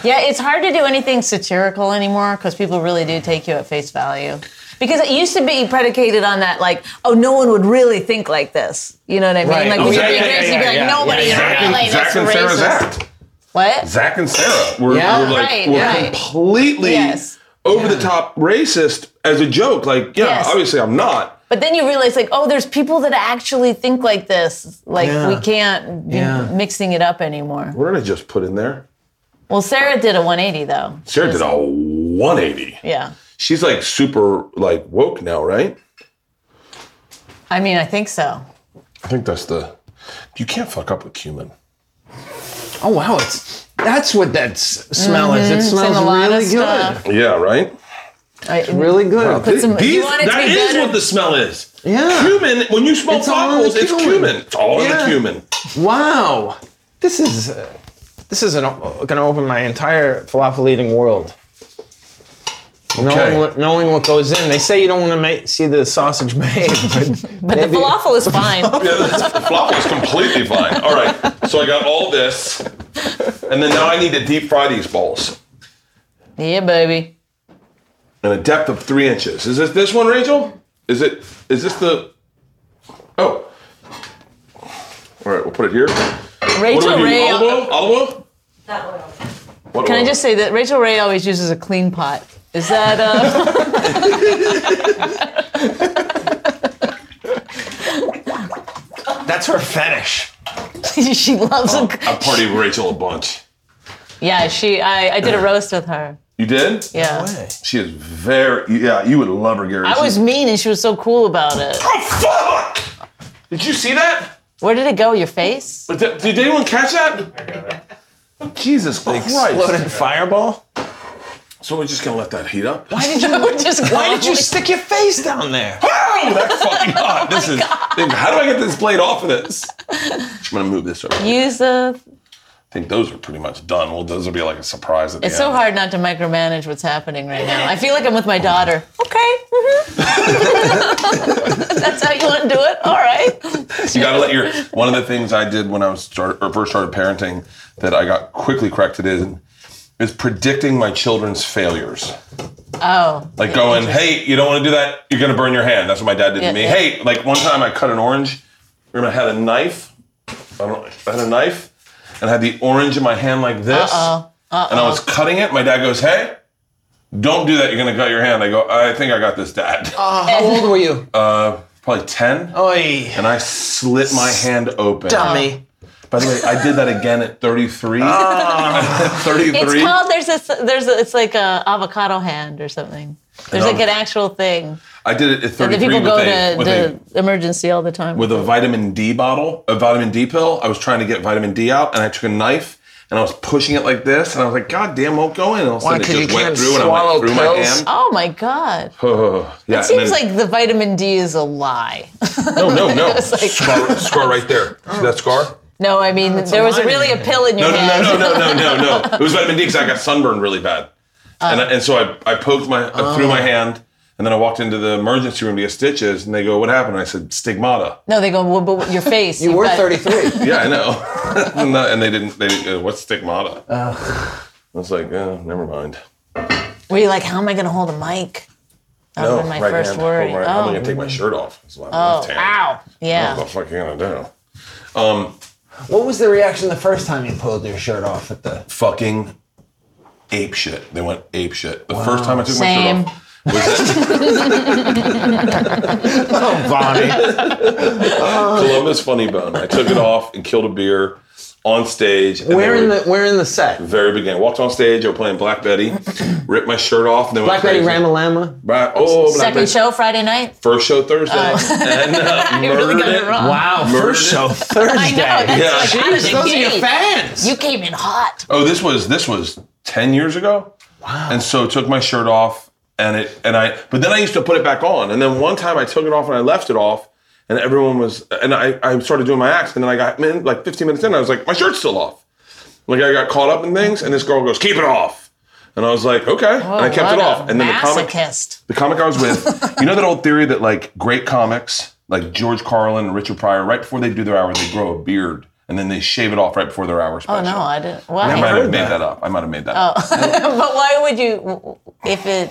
Yeah, it's hard to do anything satirical anymore because people really do take you at face value. Because it used to be predicated on that, like, oh, no one would really think like this. You know what I mean? Right. Like, Oh, when Zac- you're being yeah, racist, yeah, you'd be yeah, like, yeah, nobody yeah, is yeah. really. Zach That's and Sarah's racist. act. What? Zach and Sarah were, Yeah. were like Right, were right. completely Yes. over the top racist as a joke. Like, yeah, Yes. obviously I'm not. But then you realize, like, oh, there's people that actually think like this. Like, Yeah. we can't be Yeah. mixing it up anymore. What did I just put in there? Well, Sarah did a 180, though. Sarah did a 180. Yeah. She's like super like woke now, right? I mean, I think so. I think that's the you can't fuck up with cumin. Oh wow! It's that's what that s- smell is. It smells Mm-hmm. in a lot really of good. stuff. Yeah, right? I, Really good. Th- some- you these- want it to that be is better. what the smell is. Yeah. Cumin, when you smell It's all in tacos, the it's cumin. cumin. It's all in Yeah. the cumin. Wow! This is uh, this is an, gonna open my entire falafel eating world. Knowing, what, knowing what goes in, they say you don't want to make, see the sausage made, but, But the maybe- falafel is fine. the falafel is completely fine. All right, so I got all this, and then now I need to deep fry these balls yeah, baby. in a depth of three inches. Is this this one, Rachel? Is it? Is this the? Oh. All right, we'll put it here. What do Rachel we do? Ray. Olive oil? Olive oil? That oil. What Can I oil? just say that Rachel Ray always uses a clean pot? Is that uh, That's her fetish. she loves Oh. a. I partied with Rachel a bunch. Yeah, she. I, I did a roast with her. You did? Yeah. She is very. Yeah, you would love her, Gary. I was She's- mean and she was so cool about it. Oh fuck! Did you see that? Where did it go? Your face? But th- did anyone catch that? Jesus Christ! Exploded fireball. So we're just gonna let that heat up. Why did you? Just Why did you stick your face down there? Wow, that's fucking Oh hot. This is. How do I get this blade off of this? I'm gonna move this over. I use the? think those are pretty much done. Well, those will be like a surprise at the It's so end. hard not to micromanage what's happening right now. I feel like I'm with my daughter. Okay. mhm. That's how you want to do it. All right. You gotta let your. One of the things I did when I was start, or first started parenting that I got quickly corrected in is predicting my children's failures. Oh. Like going, hey, you don't want to do that. You're gonna burn your hand. That's what my dad did Yeah, to me. yeah. Hey, like one time I cut an orange. Remember, I had a knife. I don't. I had a knife, and I had the orange in my hand like this. Uh-oh. And I was cutting it. My dad goes, hey. Don't do that. You're gonna cut your hand. I go. I think I got this, Dad. Oh. How old were you? Probably ten. Oi, And I slit my hand open. Oh, dummy. By the way, I did that again at 33. 33. Ah. It's called. There's a. There's a. It's like a avocado hand or something. There's An like an avo- actual thing I did it at that 33 people with, go a, to, with a to emergency all the time. with a vitamin D bottle, a vitamin D pill. I was trying to get vitamin D out, and I took a knife and I was pushing it like this, and I was like, "God damn, won't go in." And all of a Why, sudden, it 'cause just you went can't through, and I swallow went through my pills? hand. oh my god. yeah, and then- Seems like the vitamin D is a lie. no, no, no, It's like- scar, scar right there. See that scar? No, I mean there was line really in a pill in your No, no, hand. no, no, no, no, no, no. It was vitamin D because I got sunburned really bad, and, I, and so I, I poked my I threw Oh. my hand, and then I walked into the emergency room to get stitches, and they go, "What happened?" I said, "Stigmata." No, they go, well, but your face. You were got- 33. Yeah, I know. and, that- and they didn't. They didn't, uh, what's stigmata? I was like, oh, never mind. Were you like, how am I going to hold a mic? That would have been my first hand. worry. Hold right- I'm oh, gonna take my shirt off. It's my oh, left hand. wow. What Yeah. the fuck are you gonna do? Um, what was the reaction the first time you pulled your shirt off at the? fucking ape shit. They went ape shit. The first time I took my Same. shirt off. Was Oh, Bonnie. at Columbus Funny Bone. I took it off and killed a beer on stage. and they Where in were- the Where in the set? very beginning. Walked on stage. I was playing Black Betty. ripped my shirt off. And then Black went Betty crazy. Ramalama. Bra- oh, Black Second Betty. show Friday night. First show Thursday. And uh, You really murdered got it it. wrong. Wow, Murdered first it. show Thursday. I know. That's Yeah. like, how did Jeez, it Those are your be? fans. You came in hot. Oh, this was this was ten years ago. Wow. And so took my shirt off and it and I but then I used to put it back on. And then one time I took it off and I left it off and everyone was and I, I started doing my acts and then I got in like 15 minutes in, I was like, my shirt's still off. Like I got caught up in things and this girl goes, keep it off. And I was like, okay. and I kept Oh, what it a off. And then the comic masochist. the comic I was with, you know that old theory that like great comics, like George Carlin and Richard Pryor, right before they do their hour, they grow a beard and then they shave it off right before their hour special. Oh, no, I didn't. I might Why? have made that. up. I might have made that Oh. up. but why would you, if it,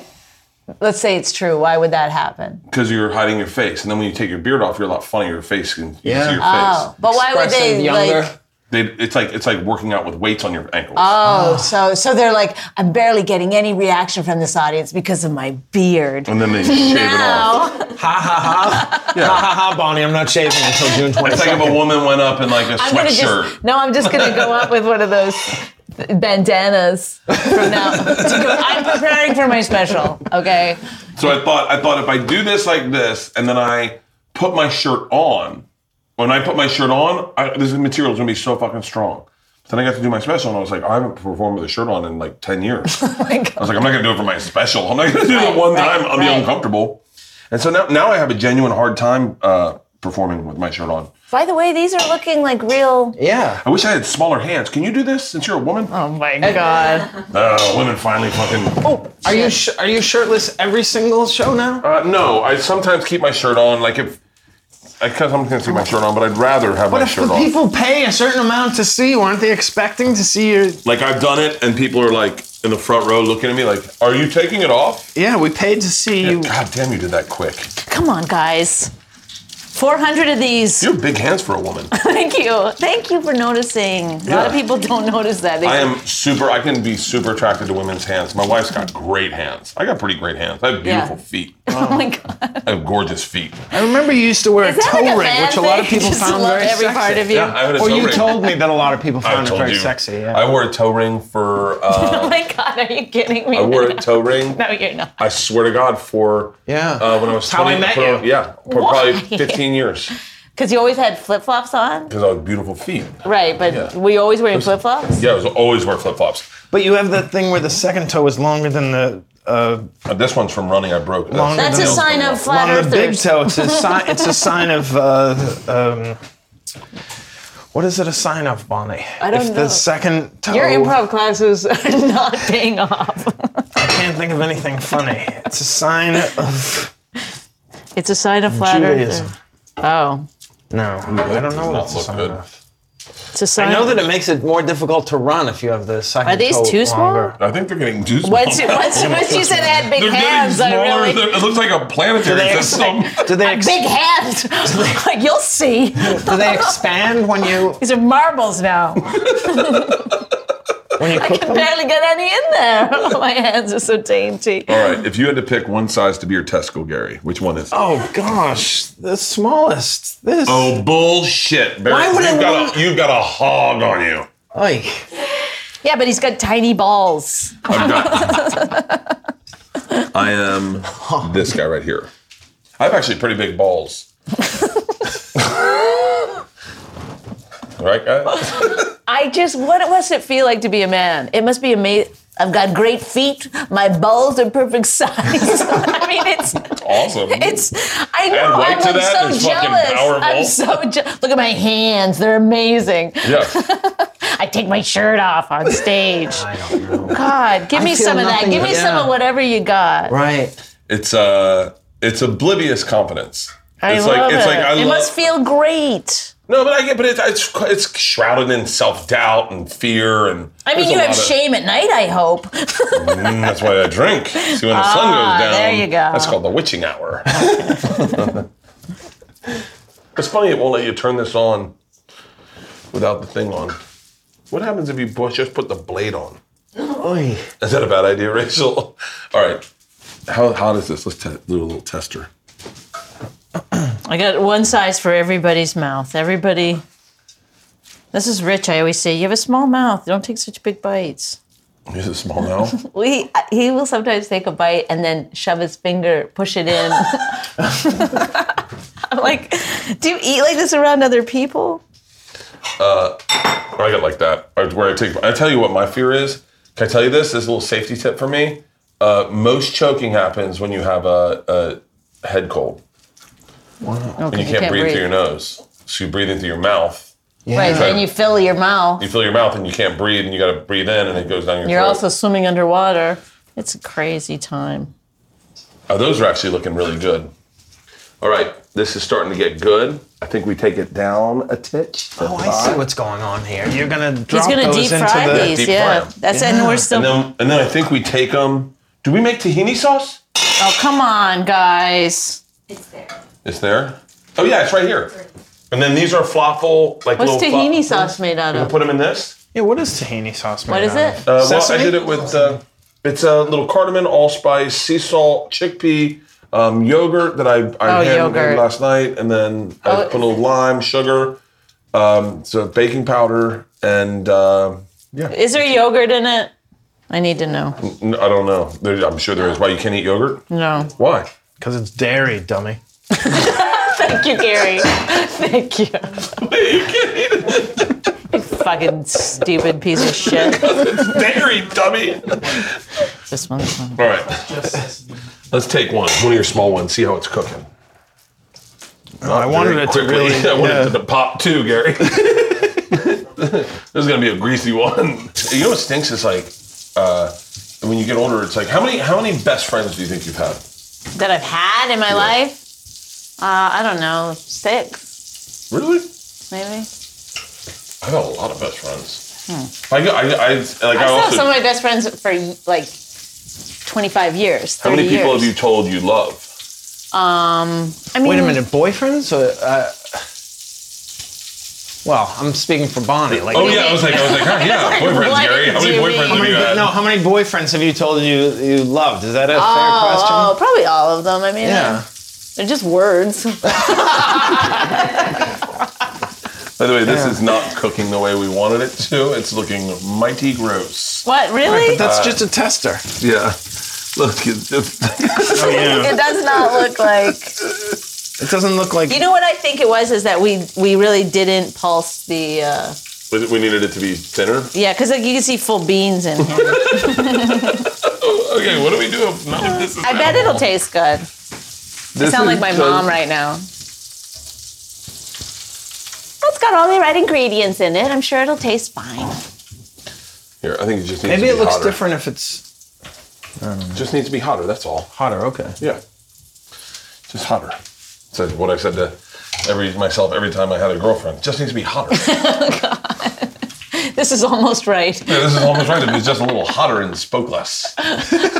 let's say it's true, why would that happen? Because you're hiding your face. And then when you take your beard off, you're a lot funnier. Your face can you can Yeah. see your Oh, face. but why would Preston they, Younger. like, They, it's like it's like working out with weights on your ankles. oh, so, so they're like, I'm barely getting any reaction from this audience because of my beard. and then they shave it off. Now, Ha ha, Bonnie. I'm not shaving until June It's like 22nd. if a woman went up in like a I'm gonna sweatshirt. just no. I'm just gonna go up with one of those bandanas from now. To go, I'm preparing for my special. Okay. So I thought I thought if I do this like this and then I put my shirt on, when I put my shirt on, I, this material is gonna be so fucking strong. Then I got to do my special and I was like, I haven't performed with a shirt on in like ten years. I was like, I'm not gonna do it for my special. I'm not gonna do Oh Right, it one right, time. I'll be right. uncomfortable. And so now, now I have a genuine hard time uh, performing with my shirt on. By the way, these are looking like real. yeah. I wish I had smaller hands. Can you do this since you're a woman? Oh my god. Uh, women finally fucking. Oh, are you sh- are you shirtless every single show now? Oh, Uh, no, I sometimes keep my shirt on. Like if I sometimes keep my shirt on, but I'd rather have But my if shirt the on. people pay a certain amount to see you, aren't they expecting to see your? Like I've done it, and people are like in the front row looking at me, like, "Are you taking it off?" Yeah, we paid to see you. God damn, you did that quick. Come on, guys. 400 of these. You have big hands for a woman. Thank you. Thank you for noticing. A lot of Yeah. people don't notice that. They I am super. I can be super attracted to women's hands. My wife's got great hands. I got pretty great hands. I have Yeah. beautiful feet. oh my god. I have gorgeous feet. I remember you used to wear Is a that toe like a ring, man which a lot of thing? people Just found love very every sexy. part of you. Yeah, I had a Or toe you ring. told me that a lot of people I found it told very you. sexy. Yeah. I wore a toe ring for. Uh, Oh my god. Are you kidding me? I wore a toe ring. No, you're not. I swear to God, for Yeah. uh, when I was How I 20 met for- you. Yeah, for Why? probably 15 years Because you always had flip flops on, because I had beautiful feet. right? But Yeah. were you always wearing flip flops? Yeah, I was always wear flip flops. But you have that thing where the second toe is longer than the uh, This one's from running. I broke. it. Longer That's a No. sign of flat on the big earthers. toe. It's a sign. It's a sign of. Uh, um, what is it a sign of, Bonnie? I don't if know. the second toe. Your improv classes are not paying off. I can't think of anything funny. It's a sign of It's a sign of flat Judaism. earth. Oh, No, I don't does know what not it's a look sign good. of. it's a sign. I know that it makes it more difficult to run if you have the second Are these toe too small? longer. I think they're getting too small. Once, once, once you said I had big they're hands, getting I smaller. really. They're- It looks like a planetary They're system. Do they ex- Big hands. like you'll see. do they expand when you These are marbles now. when you cook them? Barely got any in there. My hands are so dainty. All right, if you had to pick one size to be your testicle, Gary, which one is it? Oh gosh, the smallest. This. Oh, bullshit, Barry. Why would you've I got want- a you've got a hog on you. Like, Yeah, but he's got tiny balls. I've got. I am this guy right here. I have actually pretty big balls. right, guys? I just, what must it feel like to be a man? It must be amazing. I've got great feet. My balls are perfect size. I mean, it's, Awesome. it's. I know. Add weight I'm to like, that, so it's fucking jealous. I'm powerful. so je- look at my hands. They're amazing. yeah. I take my shirt off on stage. God, give I me feel some of that. nothing- Give me some yeah. of whatever you got. right. It's uh it's oblivious confidence. I it's love like it. it's like I it love must feel great. No, but I get but it's it's, it's shrouded in self-doubt and fear and I mean, there's a you have lot of- shame at night. I hope. Mm, that's why I drink. See when the sun goes down. Ah, there you go. That's called the witching hour. it's funny it won't let you turn this on without the thing on. What happens if you bu- just put the blade on? Oy. Is that a bad idea, Rachel? All right. How hot is this? Let's te- do a little tester. I got one size for everybody's mouth. Everybody. This is Rich. I always say, you have a small mouth. Don't take such big bites. Is it small now? Well, he, he will sometimes take a bite and then shove his finger, push it in. I'm like, do you eat like this around other people? I get like that. I, where I take. I tell you what my fear is. Can I tell you this? This is a little safety tip for me. Uh, most choking happens when you have a, a head cold. and you can't, breathe, through your nose. So you breathe into your mouth. Right, Yeah. and you fill your mouth. You fill your mouth and you can't breathe, and you got to breathe in, and it goes down your You're throat. also swimming underwater. It's a crazy time. oh, those are actually looking really good. All right, this is starting to get good. I think we take it down a titch. Oh, I see what's going on here. You're gonna drop He's gonna those deep fry into the. these. Deep yeah, fry 'em. that's and we're still. And then, and then I think we take them. Do we make tahini sauce? oh come on, guys. It's there. It's there. Oh yeah, it's right here. And then these are falafel like What's little tahini fla- sauce made out We'll of? put them in this. Yeah, what is tahini sauce? What made is out it? of? Uh, well, I Sesame? did it with uh, it's a little cardamom, allspice, sea salt, chickpea, um, yogurt that I I Oh, had yogurt. last night, and then I Oh, put a little lime, sugar, um, so baking powder, and uh, Is there yogurt in it? I need to know. n- I don't know. There, I'm sure there is. Why you can't eat yogurt? No. Why? Because it's dairy, dummy. Thank you, Gary. Thank you. You fucking stupid piece of shit. Dairy, dummy. This one's one. All right, Just let's take one, one of your small ones. See how it's cooking. I wanted it to quickly. really. I wanted yeah. it to pop too, Gary. this is gonna be a greasy one. You know what stinks is like uh, when you get older. It's like how many how many best friends do you think you've had? That I've had in my life? Uh, I don't know, six Really? maybe. I've had a lot of best friends. I, go- I, I, like I, I still have also. some of my best friends for like 25 years. 30 how many people years. have you told you love? Um, I mean, Wait a minute, boyfriends? Or, uh, well, I'm speaking for Bonnie. Like, Oh yeah, I was like, I was like, huh, yeah, boyfriends, what Gary. How do many you boyfriends mean? have How you many- had? no, how many boyfriends have you told you you loved? Is that a Oh, fair question? probably all of them. I mean, Yeah. they're just words. By the way, this is not cooking the way we wanted it to. It's looking mighty gross. What, really? But that's just a tester. Yeah. Look, it's just It does not look like. It doesn't look like. You know what I think it was is that we we really didn't pulse the uh, we we needed it to be thinner. yeah because like you can see full beans in here. Okay, what do we do? If none of this is I bet it'll taste good. I sound like my mom right now. It's got all the right ingredients in it. I'm sure it'll taste fine. Here, I think it just needs Maybe to it be looks hotter. different if it's It just needs to be hotter. That's all. hotter. Okay. Yeah. Just hotter. So what I said to every myself every time I had a girlfriend. Just needs to be hotter. yeah, This is almost right. this is almost right. If it's just a little hotter and spoke less.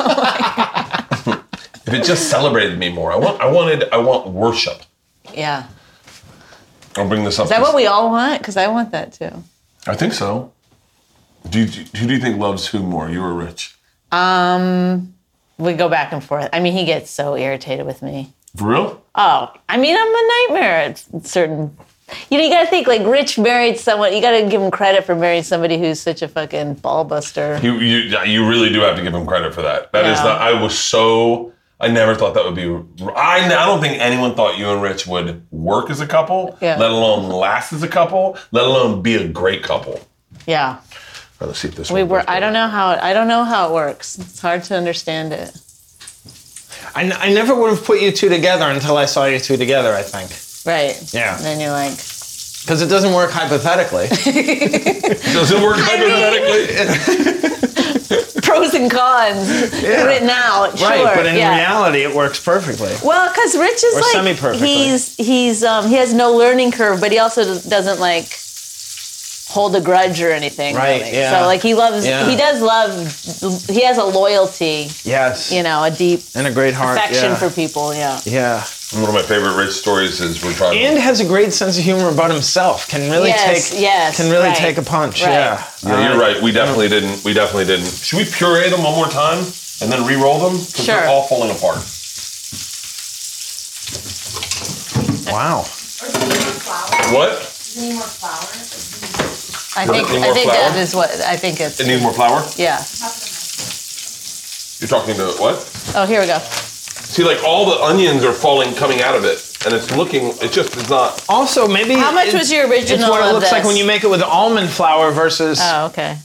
Oh if it just celebrated me more. I want I wanted I want worship. Yeah. Is I'll bring this up. that what we all want? Because I want that too. I think so. Do you, who do you think loves who more? You or Rich? Um, we go back and forth. I mean, he gets so irritated with me. For real? Oh, I mean, I'm a nightmare at certain. You know, you gotta think like Rich married someone. You gotta give him credit for marrying somebody who's such a fucking ballbuster. You, you yeah, you really do have to give him credit for that. That is Yeah. not. I was so. I never thought that would be. I, I don't think anyone thought you and Rich would work as a couple, Yeah. let alone last as a couple, let alone be a great couple. Yeah, All right, let's see if this. we one were. goes I don't know how. I don't know how it works. It's hard to understand it. I, n- I never would have put you two together until I saw you two together. I think Right. Yeah. And then you're like, because it doesn't work hypothetically. better. Does it work hypothetically? pros and cons written out. sure. right, but in yeah. reality, it works perfectly. Well, because Rich is Or like semi-perfectly. he's he's um he has no learning curve, but he also d- doesn't like hold a grudge or anything. Right, really. yeah. So like he loves Yeah. he does love he has a loyalty, Yes. you know, a deep and a great heart. affection yeah. for people. Yeah. Yeah. One of my favorite Rich stories is we're trying. And has a great sense of humor about himself. Can really Yes, take. yes, Can really right, take a punch. right. Yeah. yeah, Uh, you're right. We definitely didn't. We definitely didn't. Should we puree them one more time and then re-roll them? Because Sure. they're all falling apart. Wow. What? Need more flour? I think Any I more think flour? that is what I think it's It needs more flour. yeah. You're talking to what? Oh, here we go. See, like all the onions are falling, coming out of it, and it's looking. It just is not. Also, maybe How much it's- was your original It's what it of looks like this? when you make it with almond flour versus. Oh, okay.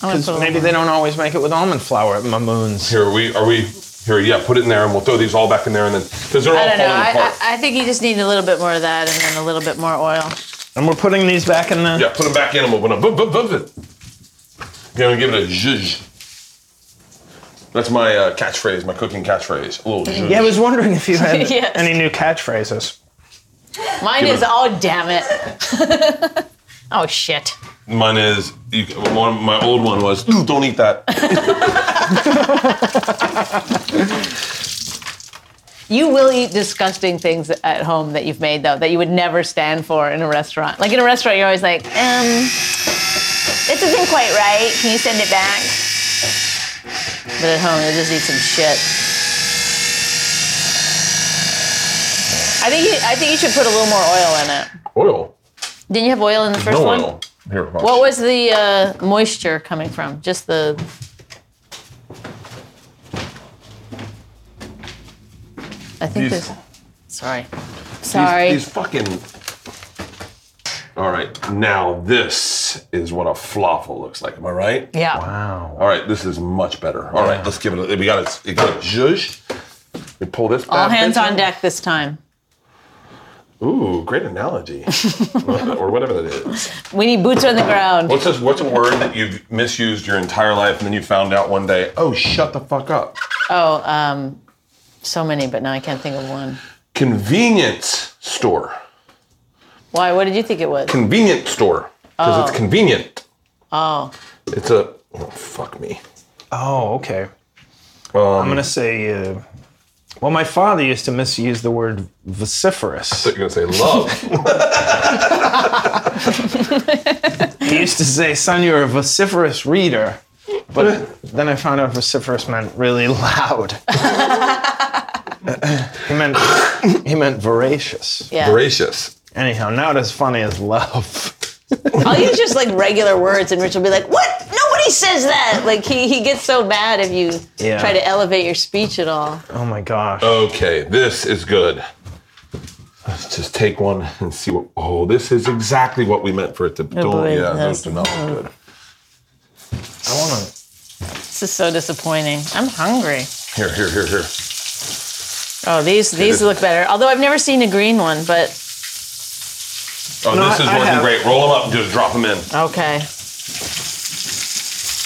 I'm gonna 'cause put a maybe little- they don't always make it with almond flour at Mamoon's. Here we are. We here. Yeah, put it in there, and we'll throw these all back in there, and then because they're all I don't know. falling I, apart. I, I think you just need a little bit more of that and then a little bit more oil. And we're putting these back in the. yeah, put them back in, and we'll put them. Boop, boop, boop, boop. Yeah, we give it a zhuzh. That's my uh, catchphrase, my cooking catchphrase. A little zhuzh. Yeah, I was wondering if you had Yes. any new catchphrases. Mine Give is it- oh damn it. oh shit. Mine is you, one, my old one was "Ooh, don't eat that. You will eat disgusting things at home that you've made though that you would never stand for in a restaurant. Like in a restaurant, you're always like, um, this isn't quite right. Can you send it back? But at home, you'll just eat some shit. I think you, I think you should put a little more oil in it. Oil. Didn't you have oil in the first no one? oil. Here. What was the uh, moisture coming from? Just the. I think These- there's. Sorry. Uh, These- Sorry. These, fucking. All right, now this is what a floffle looks like. Am I right? yeah. All right, this is much better. All right, let's give it. A, we got it. It got a zhuzh. We pull this. All bad hands bitch on out. deck this time. Ooh, great analogy, or whatever that is. We need boots on the ground. What's this? What's a word that you've misused your entire life, and then you found out one day? Oh, shut the fuck up. Oh, um, so many, but now I can't think of one. Convenience store. Why? What did you think it was? Convenient store. Because it's convenient. Oh, It's a. Oh, fuck me. Um, Oh, okay. I'm gonna say uh, Well, my father used to misuse the word vociferous. You're gonna say love. He used to say, son, you're a vociferous reader. But then I found out vociferous meant really loud. he meant he meant voracious. Yeah. Gracious. Anyhow, not as funny as love. I'll use just like regular words, and Rich will be like, "What? Nobody says that!" Like he he gets so mad if you Yeah. try to elevate your speech at all. Oh my gosh. Okay, this is good. Let's just take one and see what. Oh, this is exactly what we meant for it to. don't, Oh, boy, Oh. yeah, that's- that's not good. I wanna This is so disappointing. I'm hungry. Here, here, here, here. Oh, these these this- look better. Although I've never seen a green one, but Oh, No, this I- is I working have- great. Roll them up and just drop them in. okay.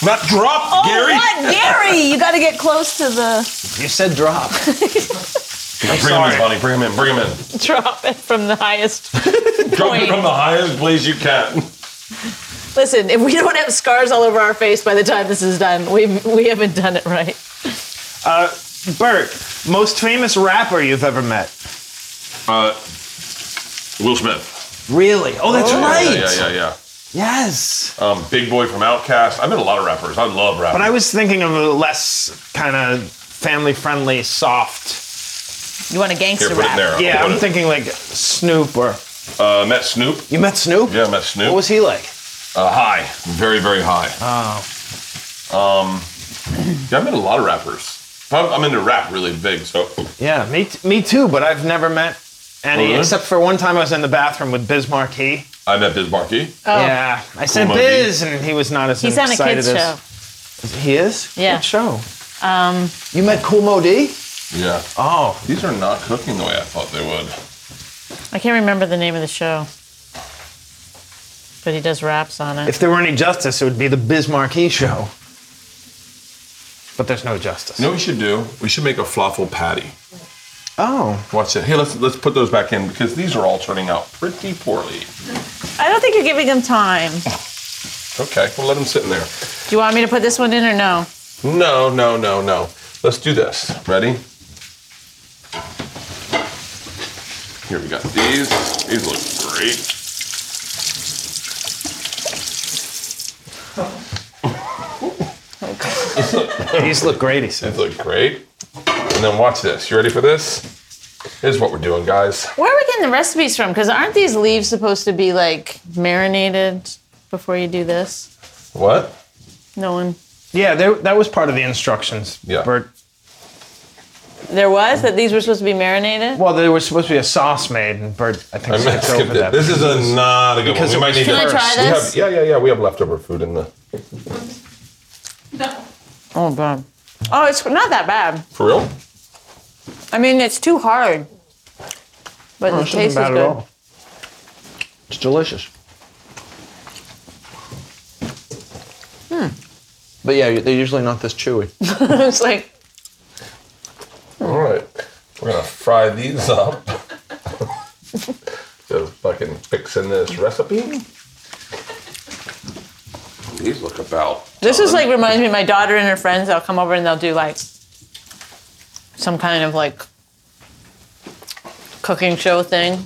Not drop, Oh, Gary. what, Gary? You got to get close to the You said drop. Bring them in, Bonnie. Bring them in. Bring them in. drop it from the highest. Drop Point. it from the highest place you can. Listen, if we don't have scars all over our face by the time this is done, we we haven't done it right. Bert, most famous rapper you've ever met. Uh, Will Smith. Really? Oh, that's right. Yeah, yeah, yeah. Yes. yeah. Um, Big Boy from Outkast. I met a lot of rappers. I love rappers. But I was thinking of a less kind of family friendly, soft. You want a Here, gangster put it in rap? there. Yeah, I'll put I'm it- thinking like Snoop or. Uh, met Snoop. You met Snoop? Yeah, I met Snoop. What was he like? Uh, high, very, very high. Um, Oh. Yeah, I've met a lot of rappers. I'm, I'm into rap really big, so Yeah, me, t- me too, but I've never met any, Oh, really? except for one time I was in the bathroom with Biz Markie. I met Biz Markie. Oh. Yeah, I said Monkey. Biz, and he was not as Oh. He's on a excited kids show. as he is. Yeah. Good show. Um, you met Cool Mo D? Yeah, Oh, these are not cooking the way I thought they would. I can't remember the name of the show, but he does raps on it. if there were any justice, it would be the Biz Markie show. But there's no justice. You know what we should do? We should make a floffle patty. Oh, Watch it. Hey, let's let's put those back in because these are all turning out pretty poorly. I don't think you're giving him time. Do Okay, we'll let them sit in there. you want me to put this one in or no? No, no, no, no. Let's do this. Ready? Here we got these. These look great. these look great, he said. These look great. And then watch this. You ready for this? Here's what we're doing, guys. Where are we getting the recipes from? Because aren't these leaves supposed to be like marinated before you do this? What? No one. Yeah, there- that was part of the instructions. Yeah. Bert. There was that these were supposed to be marinated. Well, there was supposed to be a sauce made, and Bert, I think, I meant skipped skip over it. that. This is a not a good one. Because We it might was need to. Can I try we this? have- yeah, yeah, yeah. We have leftover food in the. Oh god. Oh, it's not that bad. For real? I mean, it's too hard, but the This isn't taste is bad good. at all. It's delicious. Hmm. But yeah, they're usually not this chewy. it's like All right. We're gonna fry these up. Just fucking fixing this recipe. These look about. This is done. like reminds me of my daughter and her friends. They'll come over and they'll do like some kind of like cooking show thing,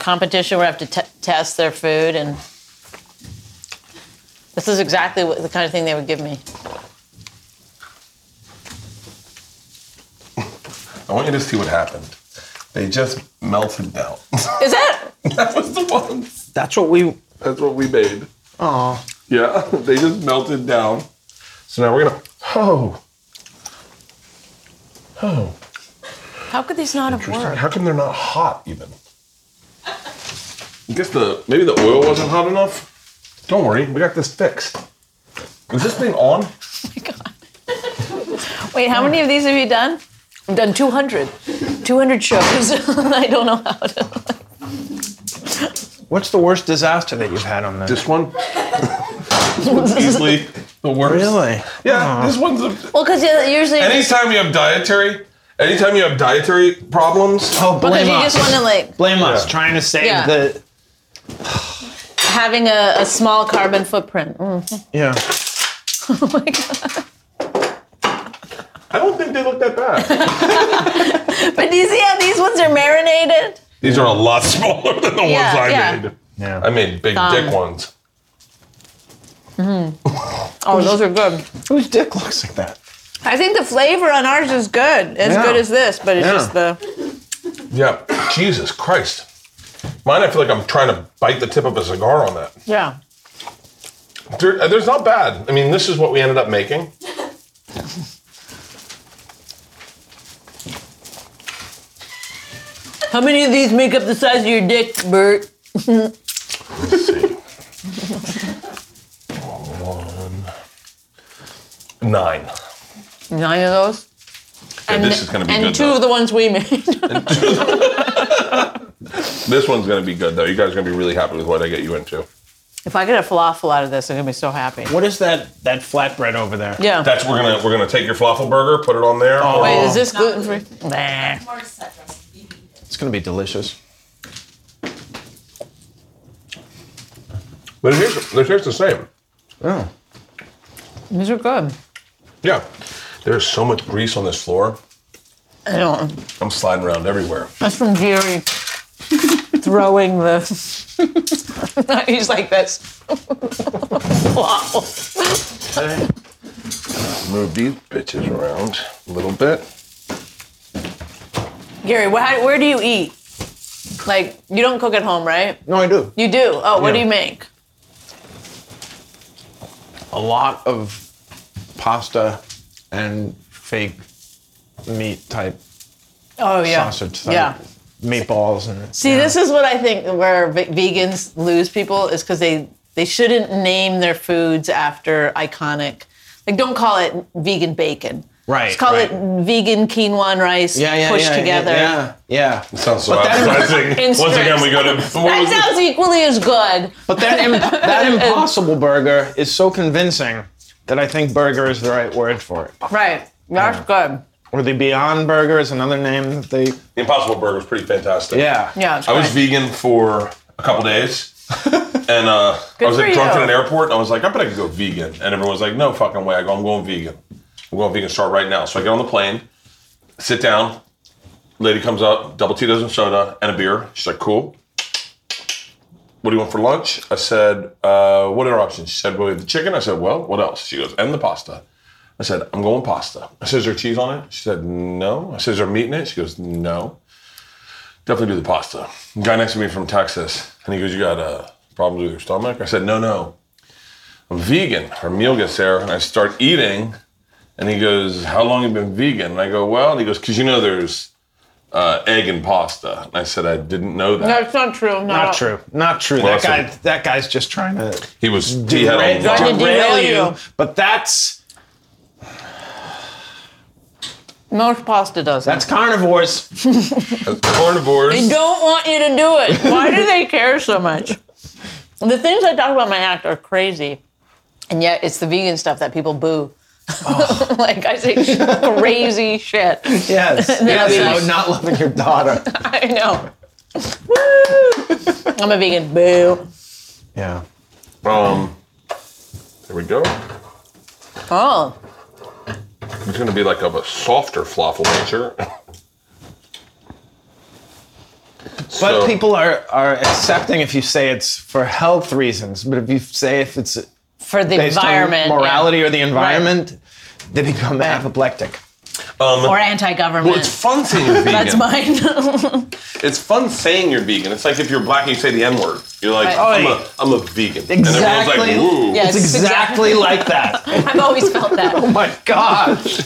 competition where I have to t- test their food, and this is exactly what the kind of thing they would give me. I want you to see what happened. They just melted down. Is that? that was the ones. That's what we. That's what we made. Oh, Yeah, they just melted down. So now we're gonna. Oh. Oh. How could these not have Interesting. worked? How come they're not hot even? I guess the maybe the oil wasn't hot enough. Don't worry, we got this fixed. Is this thing on? Wait, how many of these have you done? I've done 200. 200 shows. I don't know how to. what's the worst disaster that you've had on this? This one? this one's easily the worst. really? Yeah, this one's. A, Well, because usually. anytime you have dietary, anytime you have dietary problems, Oh, Because blame you us. just want to like. blame us. Yeah. Trying to save Yeah. the. having a, a small carbon footprint. Mm. Yeah. Oh my god. I don't think they look that bad. But do you see how these ones are marinated? These are a lot smaller than the Yeah, ones I yeah. made. Yeah. I made big dick ones. Oh, those are good. Whose dick looks like that? I think the flavor on ours is good, as Yeah. good as this, but it's Yeah. just the. Yeah. Jesus Christ. Mine, I feel like I'm trying to bite the tip of a cigar on that. Yeah. There, uh, there's not bad. I mean, this is what we ended up making. How many of these make up the size of your dick, Bert? Let's see. One. Nine. Nine of those. and this is going to be and good. two of the ones we made. This one's going to be good, though. You guys are going to be really happy with what I get you into. if I get a falafel out of this, I'm gonna be so happy. What is that that flatbread over there? Yeah. That's we're gonna we're gonna take your falafel burger, put it on there. Oh, Oh. Oh. Wait, is this gluten free? Nah. More set dressing. It's gonna be delicious. But it tastes, it tastes the same. Oh. These are good. Yeah. There's so much grease on this floor. I don't. I'm sliding around everywhere. That's from Gary throwing the. He's like this. wow. Move these bitches around a little bit. Gary, where, where do you eat? Like, you don't cook at home, right? No, I do. You do. Oh, what do Yeah. you make? A lot of pasta and fake meat type Oh, yeah. sausage type Yeah. meatballs and See, this is what I think where ve- vegans lose people is because they they shouldn't name their foods after iconic. Like, don't call it vegan bacon. Right, Just call right. it vegan quinoa and rice yeah, yeah, pushed yeah, together. Yeah, yeah. It sounds so But that- appetizing. In Once again, we go to That sounds equally as good. But that imp- that impossible burger is so convincing that I think burger is the right word for it. Right. That's good. Or the Beyond Burger is another name that they. the Impossible Burger was pretty fantastic. Yeah. Yeah. It's I was good. vegan for a couple days. And uh, I was for like drunk you. at an airport, and I was like, I bet I could go vegan. And everyone was like, No fucking way! I go, I'm going vegan. I'm going vegan. Start right now. So I get on the plane, sit down. Lady comes up, double Tito's and soda and a beer. She's like, Cool. What do you want for lunch? I said, uh, What are our options? She said, Well, we have the chicken. I said, Well, what else? She goes, And the pasta. I said, I'm going pasta. I said, Is there cheese on it? She said, No. I said, Is there meat in it? She goes, No. Definitely do the pasta. The guy next to me from Texas, and he goes, You got uh, problems with your stomach? I said, No, no. I'm vegan. Our meal gets there, and I start eating, and he goes, How long have you been vegan? And I go, Well, and he goes, Because you know there's uh, egg and pasta. And I said, I didn't know that. That's not true. Not, Not true. Not true. Well, that guy. that's That guy's just trying to He was he had derail, a lot. Trying to derail derail you. you. But that's Most pasta doesn't. that's carnivores. Carnivores. They don't want you to do it. Why do they care so much? The things I talk about in my act are crazy, and yet it's the vegan stuff that people boo. like I say, crazy shit. Yes. I'll be yes. like- No, not loving your daughter. I know. Woo! I'm a vegan. Boo. yeah. Um, there we go. Oh, It's going to be like of a softer falafel nature. But So- people are are accepting if you say it's for health reasons. But if you say if it's for the based environment, on morality yeah. or the environment, they become apoplectic. or Well, it's anti-government. fun saying you're vegan. That's mine. It's fun saying you're vegan. It's like if you're black and you say the N word. You're like, Right. I'm, a, I'm a vegan. And Exactly. everyone's like, woo. Yeah. It's exactly like that. I've always felt that. Oh my gosh.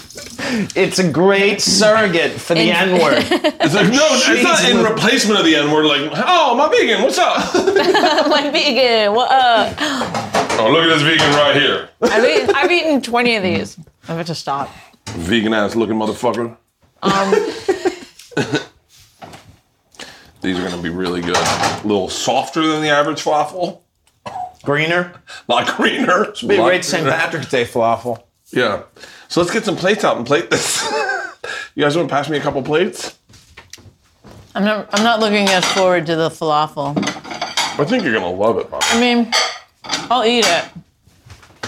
It's a great surrogate for the And- N word. It's like, no, it's not in Jesus. replacement of the N word. Like, oh, I'm a vegan. What's up? I'm like vegan. What up? oh, look at this vegan right here. I've eaten, I've eaten 20 of these. I'm going to stop. Vegan ass looking motherfucker. Um, These are going to be really good. A little softer than the average falafel. Greener. A lot greener. It's Be a great St. Patrick's Day falafel. Yeah. So let's get some plates out and plate this. you guys want to pass me a couple plates? I'm not. I'm not looking as forward to the falafel. I think you're going to love it, Mom. I mean, I'll eat it.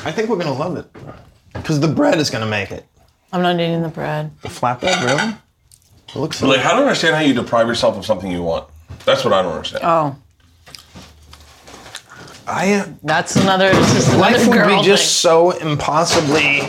I think we're gonna love it. Because the bread is gonna make it. I'm not eating the bread. The flatbread, really? It looks Like, I don't understand how you deprive yourself of something you want. That's what I don't understand. Oh, I uh, that's another. This is another life would girl be just so impossibly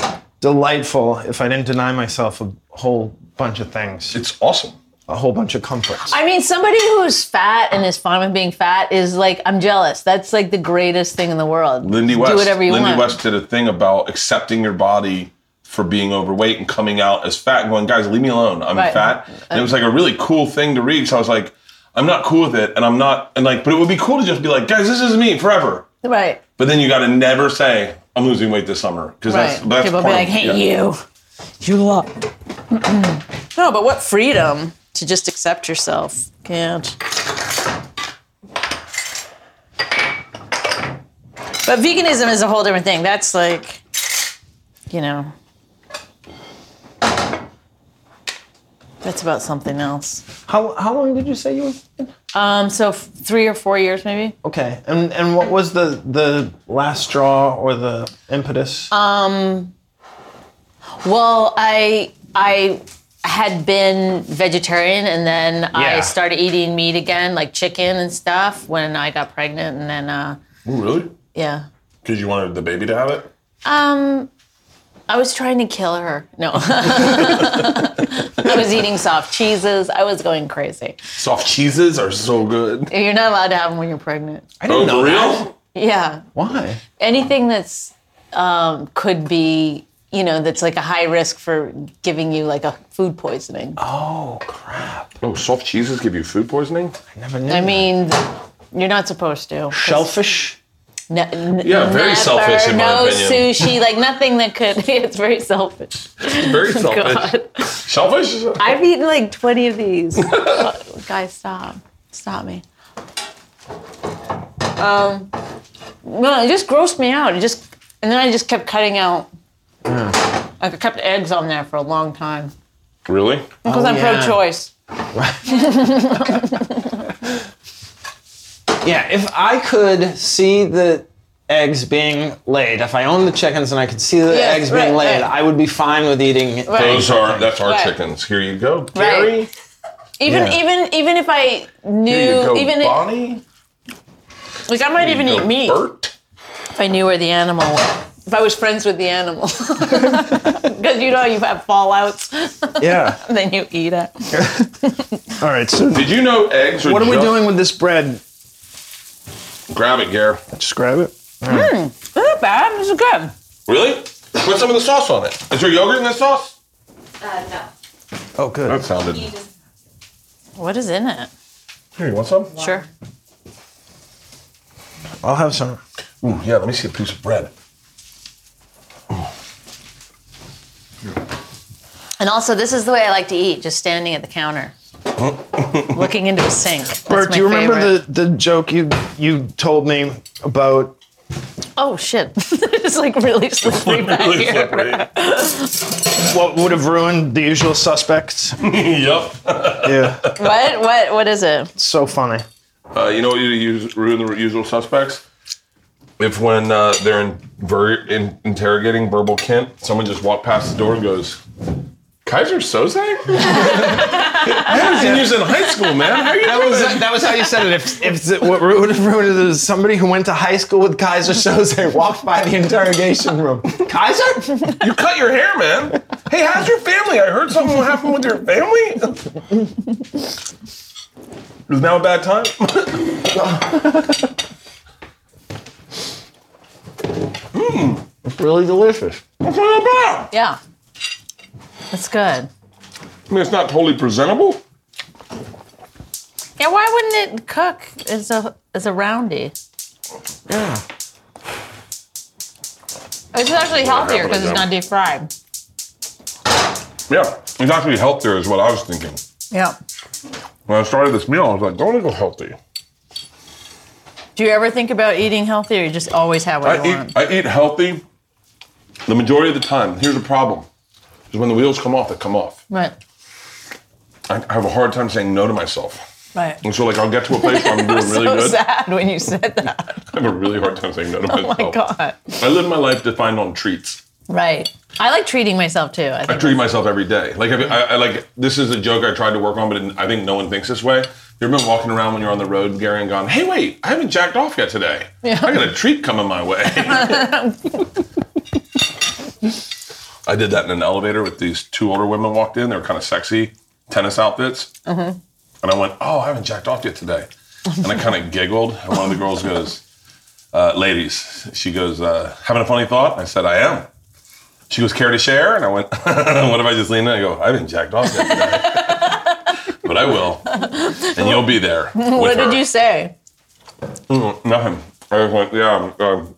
delightful if I didn't deny myself a whole bunch of things, It's awesome. a whole bunch of comforts. I mean, somebody who's fat and is fine with being fat is like, I'm jealous. That's like the greatest thing in the world. Lindy West. Do whatever you Lindy want. West did a thing about accepting your body for being overweight and coming out as fat and going, guys, leave me alone. I'm Right. fat. And it was like a really cool thing to read. So I was like, I'm not cool with it. And I'm not, and like, but it would be cool to just be like, guys, this is me forever. Right. But then you got to never say, I'm losing weight this summer. Because Right. that's, that's People part be of- like, hate yeah. you. You love. no, but what freedom to just accept yourself. Can't. But veganism is a whole different thing. That's like, you know, that's about something else. How, how long did you say you were? Um, so f- three or four years maybe. Okay, and and what was the the last straw or the impetus? Um, Well, I I had been vegetarian and then I Yeah. started eating meat again, like chicken and stuff, when I got pregnant and then uh Ooh, really? yeah. Because you wanted the baby to have it? Um I was trying to kill her. No. I was eating soft cheeses. I was going crazy. Soft cheeses are so good. You're not allowed to have them when you're pregnant. I Oh, didn't know for that. real? Yeah. Why? anything that's um, could be you know that's like a high risk for giving you like a food poisoning Oh crap! Oh, soft cheeses give you food poisoning? I never knew. i mean you're not supposed to shellfish. No- n- Yeah, very never, selfish in my no opinion. sushi like nothing that could it's very selfish Very selfish. God. Selfish? i've eaten like 20 of these guys stop stop me um no it just grossed me out it just and then i just kept cutting out Mm. i kept eggs on there for a long time Really? Because Oh, I'm yeah. pro-choice. Yeah, if I could see the eggs being laid, if I owned the chickens and I could see the Yes, eggs being right, laid, right. I would be fine with eating. Right. Those are that's our Right. chickens. Here you go, Right. Gary. Even Yeah. even even if I knew, Here you go, even Bonnie. like I might even Here you eat go, meat Bert. if I knew where the animal. If I was friends with the animal, because you know you have fallouts, Yeah. and then you eat it. All right. So Did you know eggs are what are we just- doing with this bread? Grab it, Gary. Just grab it. It's not bad. It's good. Really? Put some of the sauce on it. Is there yogurt in that sauce? Uh, no. Oh, good. That sounded. You just What is in it? Here, you want some? Sure. I'll have some. Ooh, yeah. Let me see a piece of bread. And also, this is the way I like to eat: just standing at the counter, looking into a sink. That's Bert, my do you remember favorite. the the joke you you told me about? Oh shit! it's like really slippery back Really here. slippery. What would have ruined the usual suspects? yep. yeah, What? What? What is it? it's so funny. Uh, you know what you use ruin the usual suspects? If when uh, they're in, ver- in interrogating verbal Kent, someone just walked past the door and goes, "Kaiser Soze." I haven't seen you in high school, man. How you That was that was how you said it. If, if the- what would have ruined it is somebody who went to high school with Kaiser Soze walked by the interrogation room. Kaiser? You cut your hair, man. Hey, how's your family? I heard something happened with your family. Is now a bad time? Really delicious. What's not bad? Yeah. That's I good. mean, it's not totally presentable. Yeah, why wouldn't it cook as a as a roundy? Yeah. It's actually healthier happened because it's to not deep fried. Yeah, it's actually healthier, is what I was thinking. Yeah. When I started this meal, I was like, "Don't want to go healthy." Do you ever think about eating healthy, or you just always have what I you eat, want? I eat healthy the majority of the time. Here's the problem: is when the wheels come off, they come off. Right. I, I have a hard time saying no to myself. Right. And so, like, I'll get to a place where I'm doing really so good. sad when you said that. I have a really hard time saying no to myself. Oh my god. I live my life defined on treats. Right. I like treating myself too. I I think. treat myself every day. Like if, I, I like this is a joke I tried to work on, but it, I think no one thinks this way. You ever been walking around when you're on the road, Gary, and gone, "Hey, wait, I haven't jacked off yet today. I got a treat coming my way." I did that in an elevator with these two older women walked in. They were kind of sexy, tennis outfits, Mm-hmm. and I went, "Oh, I haven't jacked off yet today," and I kind of giggled. And one of the girls goes, uh, "Ladies," she goes, uh, "Having a funny thought?" I said, "I am." She goes, care to share? And I went, what if I just lean in? I go, I haven't jacked off yet today." but I will. And you'll be there. what did you say? Nothing. I just went, yeah, I'm, um,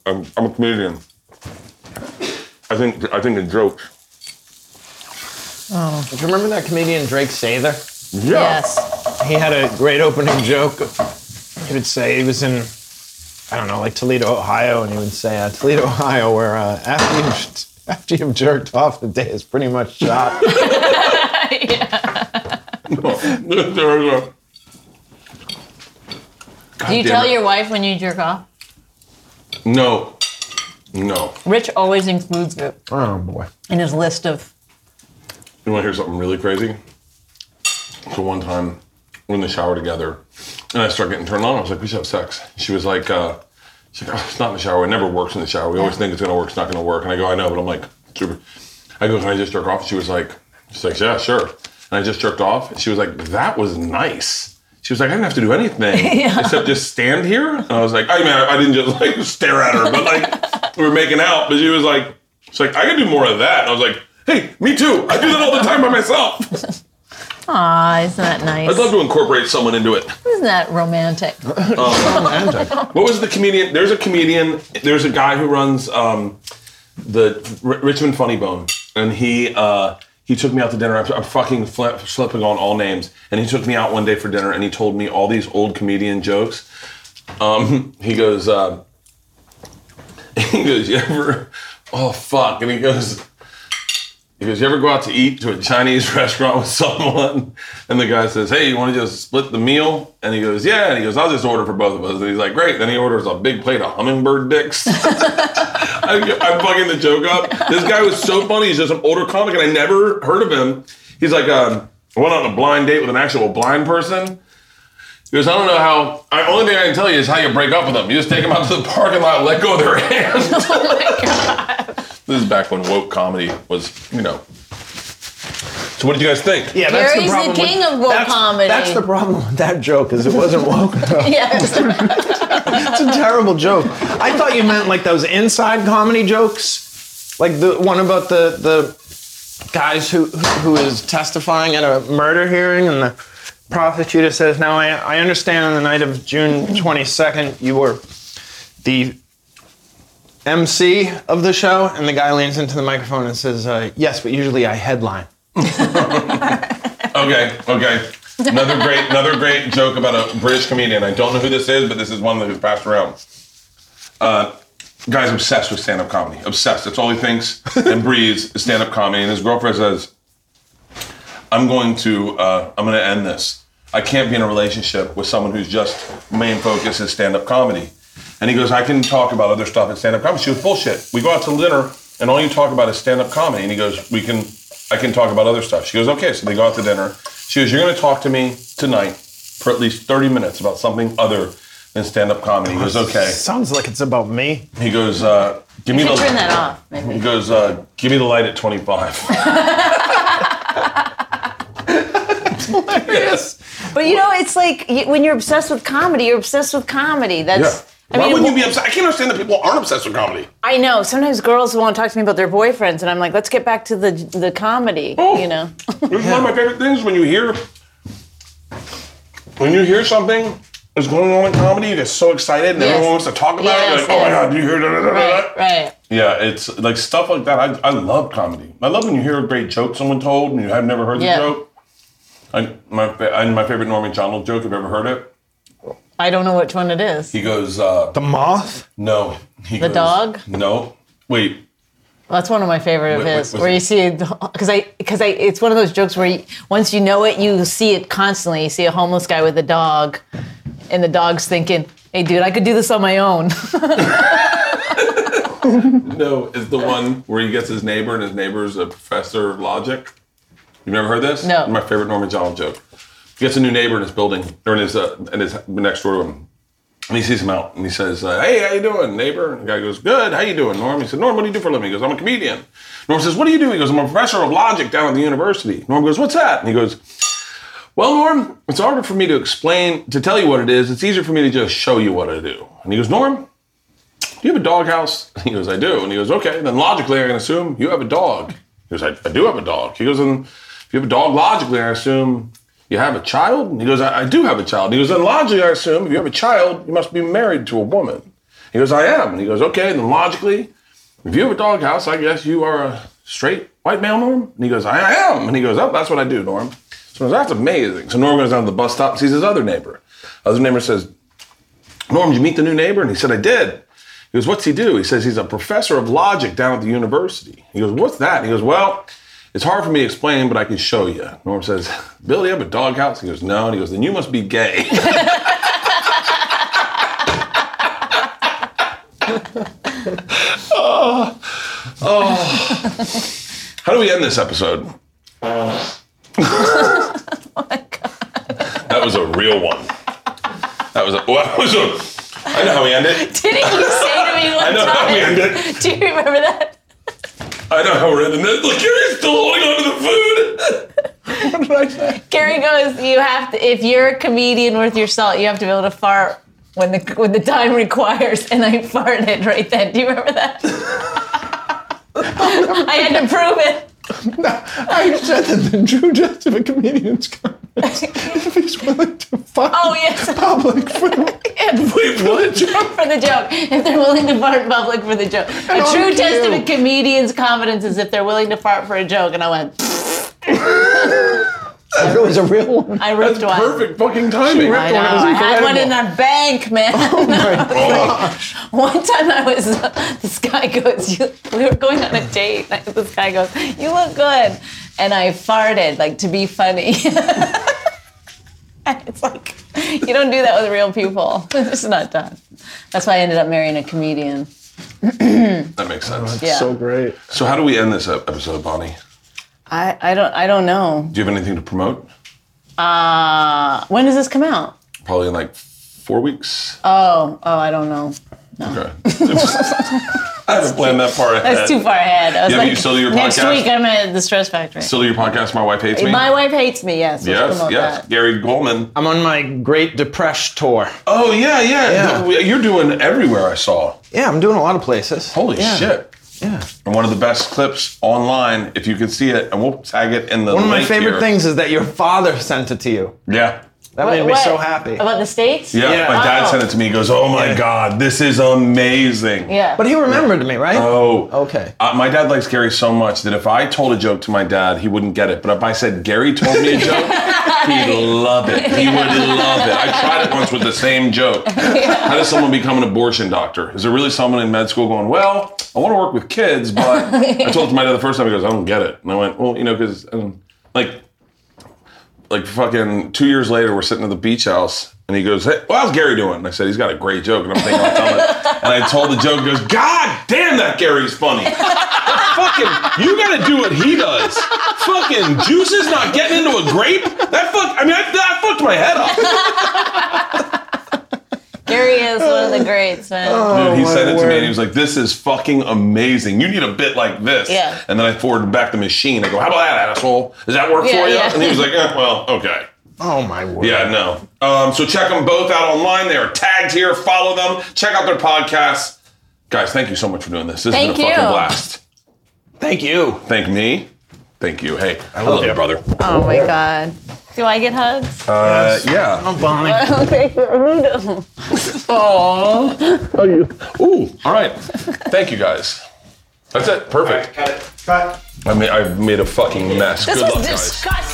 I'm, I'm, I'm a comedian. I think, I think in jokes. Do you remember that comedian Drake Sather? Yeah. Yes. He had a great opening joke. He would say he was in, I don't know, like Toledo, Ohio, and he would say, uh, Toledo, Ohio, where uh, after you've after you've jerked off, the day is pretty much shot. There we go. God Do you damn tell it. your wife when you jerk off? No. No. Rich always includes it oh boy. in his list of. You want to hear something really crazy? So one time, we're in the shower together, and I start getting turned on. I was like, "We should have sex." She was like, uh, "She's like, oh, it's not in the shower. It never works in the shower. We always think it's gonna work. It's not gonna work." And I go, "I know," but I'm like, "Super." I go, "Can I just jerk off?" She was like, "She's like, yeah, sure." And I just jerked off, and she was like, "That was nice." She was like, "I didn't have to do anything except just stand here." And I was like, "I mean, I I didn't just like stare at her, but like we were making out." But she was like, "She's like, I can do more of that." And I was like. Hey, me too. I do that all the time by myself. Aw, isn't that nice? I'd love to incorporate someone into it. Isn't that romantic? What was the comedian? There's a comedian. There's a guy who runs um, the R- Richmond Funny Bone, and he uh, he took me out to dinner. I'm, I'm fucking flip, slipping on all names, and he took me out one day for dinner, and he told me all these old comedian jokes. Um, he goes, uh, he goes, you ever? Oh fuck! And he goes. He goes, you ever go out to eat to a Chinese restaurant with someone? And the guy says, hey, you want to just split the meal? And he goes, yeah. And he goes, I'll just order for both of us. And he's like, great. Then he orders a big plate of hummingbird dicks. I, am fucking the joke up. This guy was so funny. He's just an older comic, and I never heard of him. He's like, um, I went on a blind date with an actual blind person. He goes, I don't know how. I, only thing I can tell you is how you break up with them. You just take them out to the parking lot, let go of their hands. This is back when woke comedy was, you know. So what did you guys think? Yeah, that's Gary's the the problem. with- king of woke that's- comedy. That's the problem with that joke is it wasn't woke enough. yes. It's a terrible joke. I thought you meant like those inside comedy jokes, like the one about the the guys who who is testifying at a murder hearing, and the prosecutor says, "Now I, I understand on the night of June twenty second, you were the MC of the show," and the guy leans into the microphone and says, uh, "Yes, but usually I headline." Okay, okay. Another great, another great joke about a British comedian. I don't know who this is, but this is one that has passed around. Uh, guy's obsessed with stand-up comedy. Obsessed. That's all he thinks and breathes is stand-up comedy. And his girlfriend says, "I'm going to, uh, I'm going to end this. I can't be in a relationship with someone whose just main focus is stand-up comedy." And he goes, "I can talk about other stuff in stand-up comedy." She goes, "Bullshit. We go out to dinner, and all you talk about is stand-up comedy." And he goes, "We can, I can talk about other stuff." She goes, "Okay." So they go out to dinner. She goes, "You're going to talk to me tonight for at least 30 minutes about something other." than stand-up comedy. He goes, okay. Sounds like it's about me. He goes, uh, give me You the. should turn that off. He Maybe. goes, uh, give me the light at 25. Yes. But you know, it's like y- when you're obsessed with comedy, you're obsessed with comedy. That's. I Why mean, wouldn't you be upset? I can't understand that people aren't obsessed with comedy. I know. Sometimes girls want to talk to me about their boyfriends, and I'm like, let's get back to the the comedy. Oh. You know. This is one of my favorite things when you hear when you hear something is going on in comedy, you get so excited and Yes. everyone wants to talk about it. You're Yes, like, oh my yes. god, do you hear da, da, da, da, da?" right. Right. Yeah, it's like stuff like that. I, I love comedy. I love when you hear a great joke someone told and you have never heard Yeah. the joke. I, my, fa- and my favorite Norman Donald joke, if you've ever heard it, I don't know which one it is. he goes, uh, The moth. No. He The dog? No. Wait. That's one of my favorite of Wait, wait, his, was where it- you see because I because I it's one of those jokes where you, once you know it, you see it constantly. You see a homeless guy with a dog, and the dog's thinking, "Hey, dude, I could do this on my own." No, is the one where he gets his neighbor, and his neighbor's a professor of logic. You've never heard this? No. My favorite Norman Donald joke. He gets a new neighbor in his building, or in his, uh, in his next door to him. And he sees him out, and he says, uh, "Hey, how you doing, neighbor?" And the guy goes, "Good. How you doing, Norm?" He said, "Norm, what do you do for a living?" He goes, "I'm a comedian." Norm says, "What do you do?" He goes, "I'm a professor of logic down at the university." Norm goes, "What's that?" And he goes, well, Norm, it's harder for me to explain, to tell you what it is. It's easier for me to just show you what I do. And he goes, Norm, do you have a doghouse? He goes, I do. And he goes, okay, then logically, I can assume you have a dog. He goes, I, I do have a dog. He goes, and if you have a dog, logically, I assume you have a child. And he goes, I, I do have a child. And he goes, then logically, I assume if you have a child, you must be married to a woman. He goes, I am. And he goes, okay, then logically, if you have a doghouse, I guess you are a straight white male, Norm? And he goes, I am. And he goes, oh, that's what I do, Norm. So I was, that's amazing. So Norm goes down to the bus stop and sees his other neighbor. Other neighbor says, Norm, did you meet the new neighbor? And he said, I did. He goes, what's he do? He says, he's a professor of logic down at the university. He goes, what's that? And he goes, well, it's hard for me to explain, but I can show you. Norm says, Bill, you have a doghouse? He goes, no. And he goes, then you must be gay. Oh. How do we end this episode? That was a real one. That was a. Well, that was a I know how we end it. Didn't you say to me one I know how we end time? it. Do you remember that? I know how we're ending this. Look, you're still holding on to the food. what did I say? Gary goes, you have to, if you're a comedian worth your salt, you have to be able to fart when the when the time requires. And I farted right then. Do you remember that? I had to prove it. I said that the true depth of a comedian's comments if he's willing to fuck Oh, yes. public for Wait, what? for the joke. If they're willing to fart in public for the joke. The Oh, true test of cute. a comedian's confidence is if they're willing to fart for a joke. And I went, It was a real one. I ripped That's one. perfect fucking timing. I know. I had one in a bank, man. one time I was, this guy goes, you, we were going on a date. And this guy goes, you look good. And I farted, like, to be funny. And it's like, you don't do that with real people. It's not done. That's why I ended up marrying a comedian. That makes sense. Yeah. So great. So how do we end this ep- episode, Bonnie? I, I don't I don't know. Do you have anything to promote? Uh, when does this come out? Probably in like four weeks. Oh, oh, I don't know. okay. I haven't planned that far ahead. That's too far ahead. I was Uh, Yeah, but like, you still do your next podcast? week I'm at the Stress Factory. Still do your podcast, My Wife Hates Me? My wife hates me. Yes. let's yes, promote yes. that. Gary Goldman. I'm on my Great Depression tour. Oh, yeah, yeah. Yeah. No, You're doing everywhere I saw. Yeah, I'm doing a lot of places. Holy Yeah. shit. Yeah. And one of the best clips online, if you can see it, and we'll tag it in the One of my link favorite here. things is that your father sent it to you. Yeah. That What- made me what? so happy. About the states? Yeah, Yeah. my dad Oh. sent it to me. He goes, "Oh my Yeah. god, this is amazing." Yeah. But he remembered me, right? Oh. Okay. Uh, my dad likes Gary so much that if I told a joke to my dad, he wouldn't get it. But if I said Gary told me a joke, he'd love it. He would love it. I tried it once with the same joke. How does someone become an abortion doctor? Is there really someone in med school going, "Well, I want to work with kids," but I told it to my dad the first time. He goes, "I don't get it," and I went, "Well, you know, because like." like fucking two years later, we're sitting at the beach house, and he goes, "Hey, well, how's Gary doing?" And I said, "He's got a great joke," and I'm thinking, I'll tell it. And I told the joke, he goes, "God damn, that Gary's funny." fucking, you gotta do what he does. Fucking juices not getting into a grape. That fuck. I mean, I, that fucked my head up. Gary is one of the greats, man. Dude, he Oh, my sent it to me, word. and he was like, "This is fucking amazing. You need a bit like this." Yeah. And then I forwarded back the machine. I go, "How about that, asshole? Does that work Yeah, for you?" yeah. And he was like, eh, "Well, okay." Oh my word. Yeah, no. Um, so check them both out online. They are tagged here. Follow them. Check out their podcasts. Guys, thank you so much for doing this. This Thank has been a you. fucking blast. Thank you. Thank me. Thank you. Hey, I love, you, brother. Oh my god. Do I get hugs? Uh, yeah. Oh, Bonnie. Oh. Ooh. All right. Thank you, guys. That's it. Perfect. Cut it. Cut. I mean, I made a fucking mess. This Good was luck, guys. disgusting.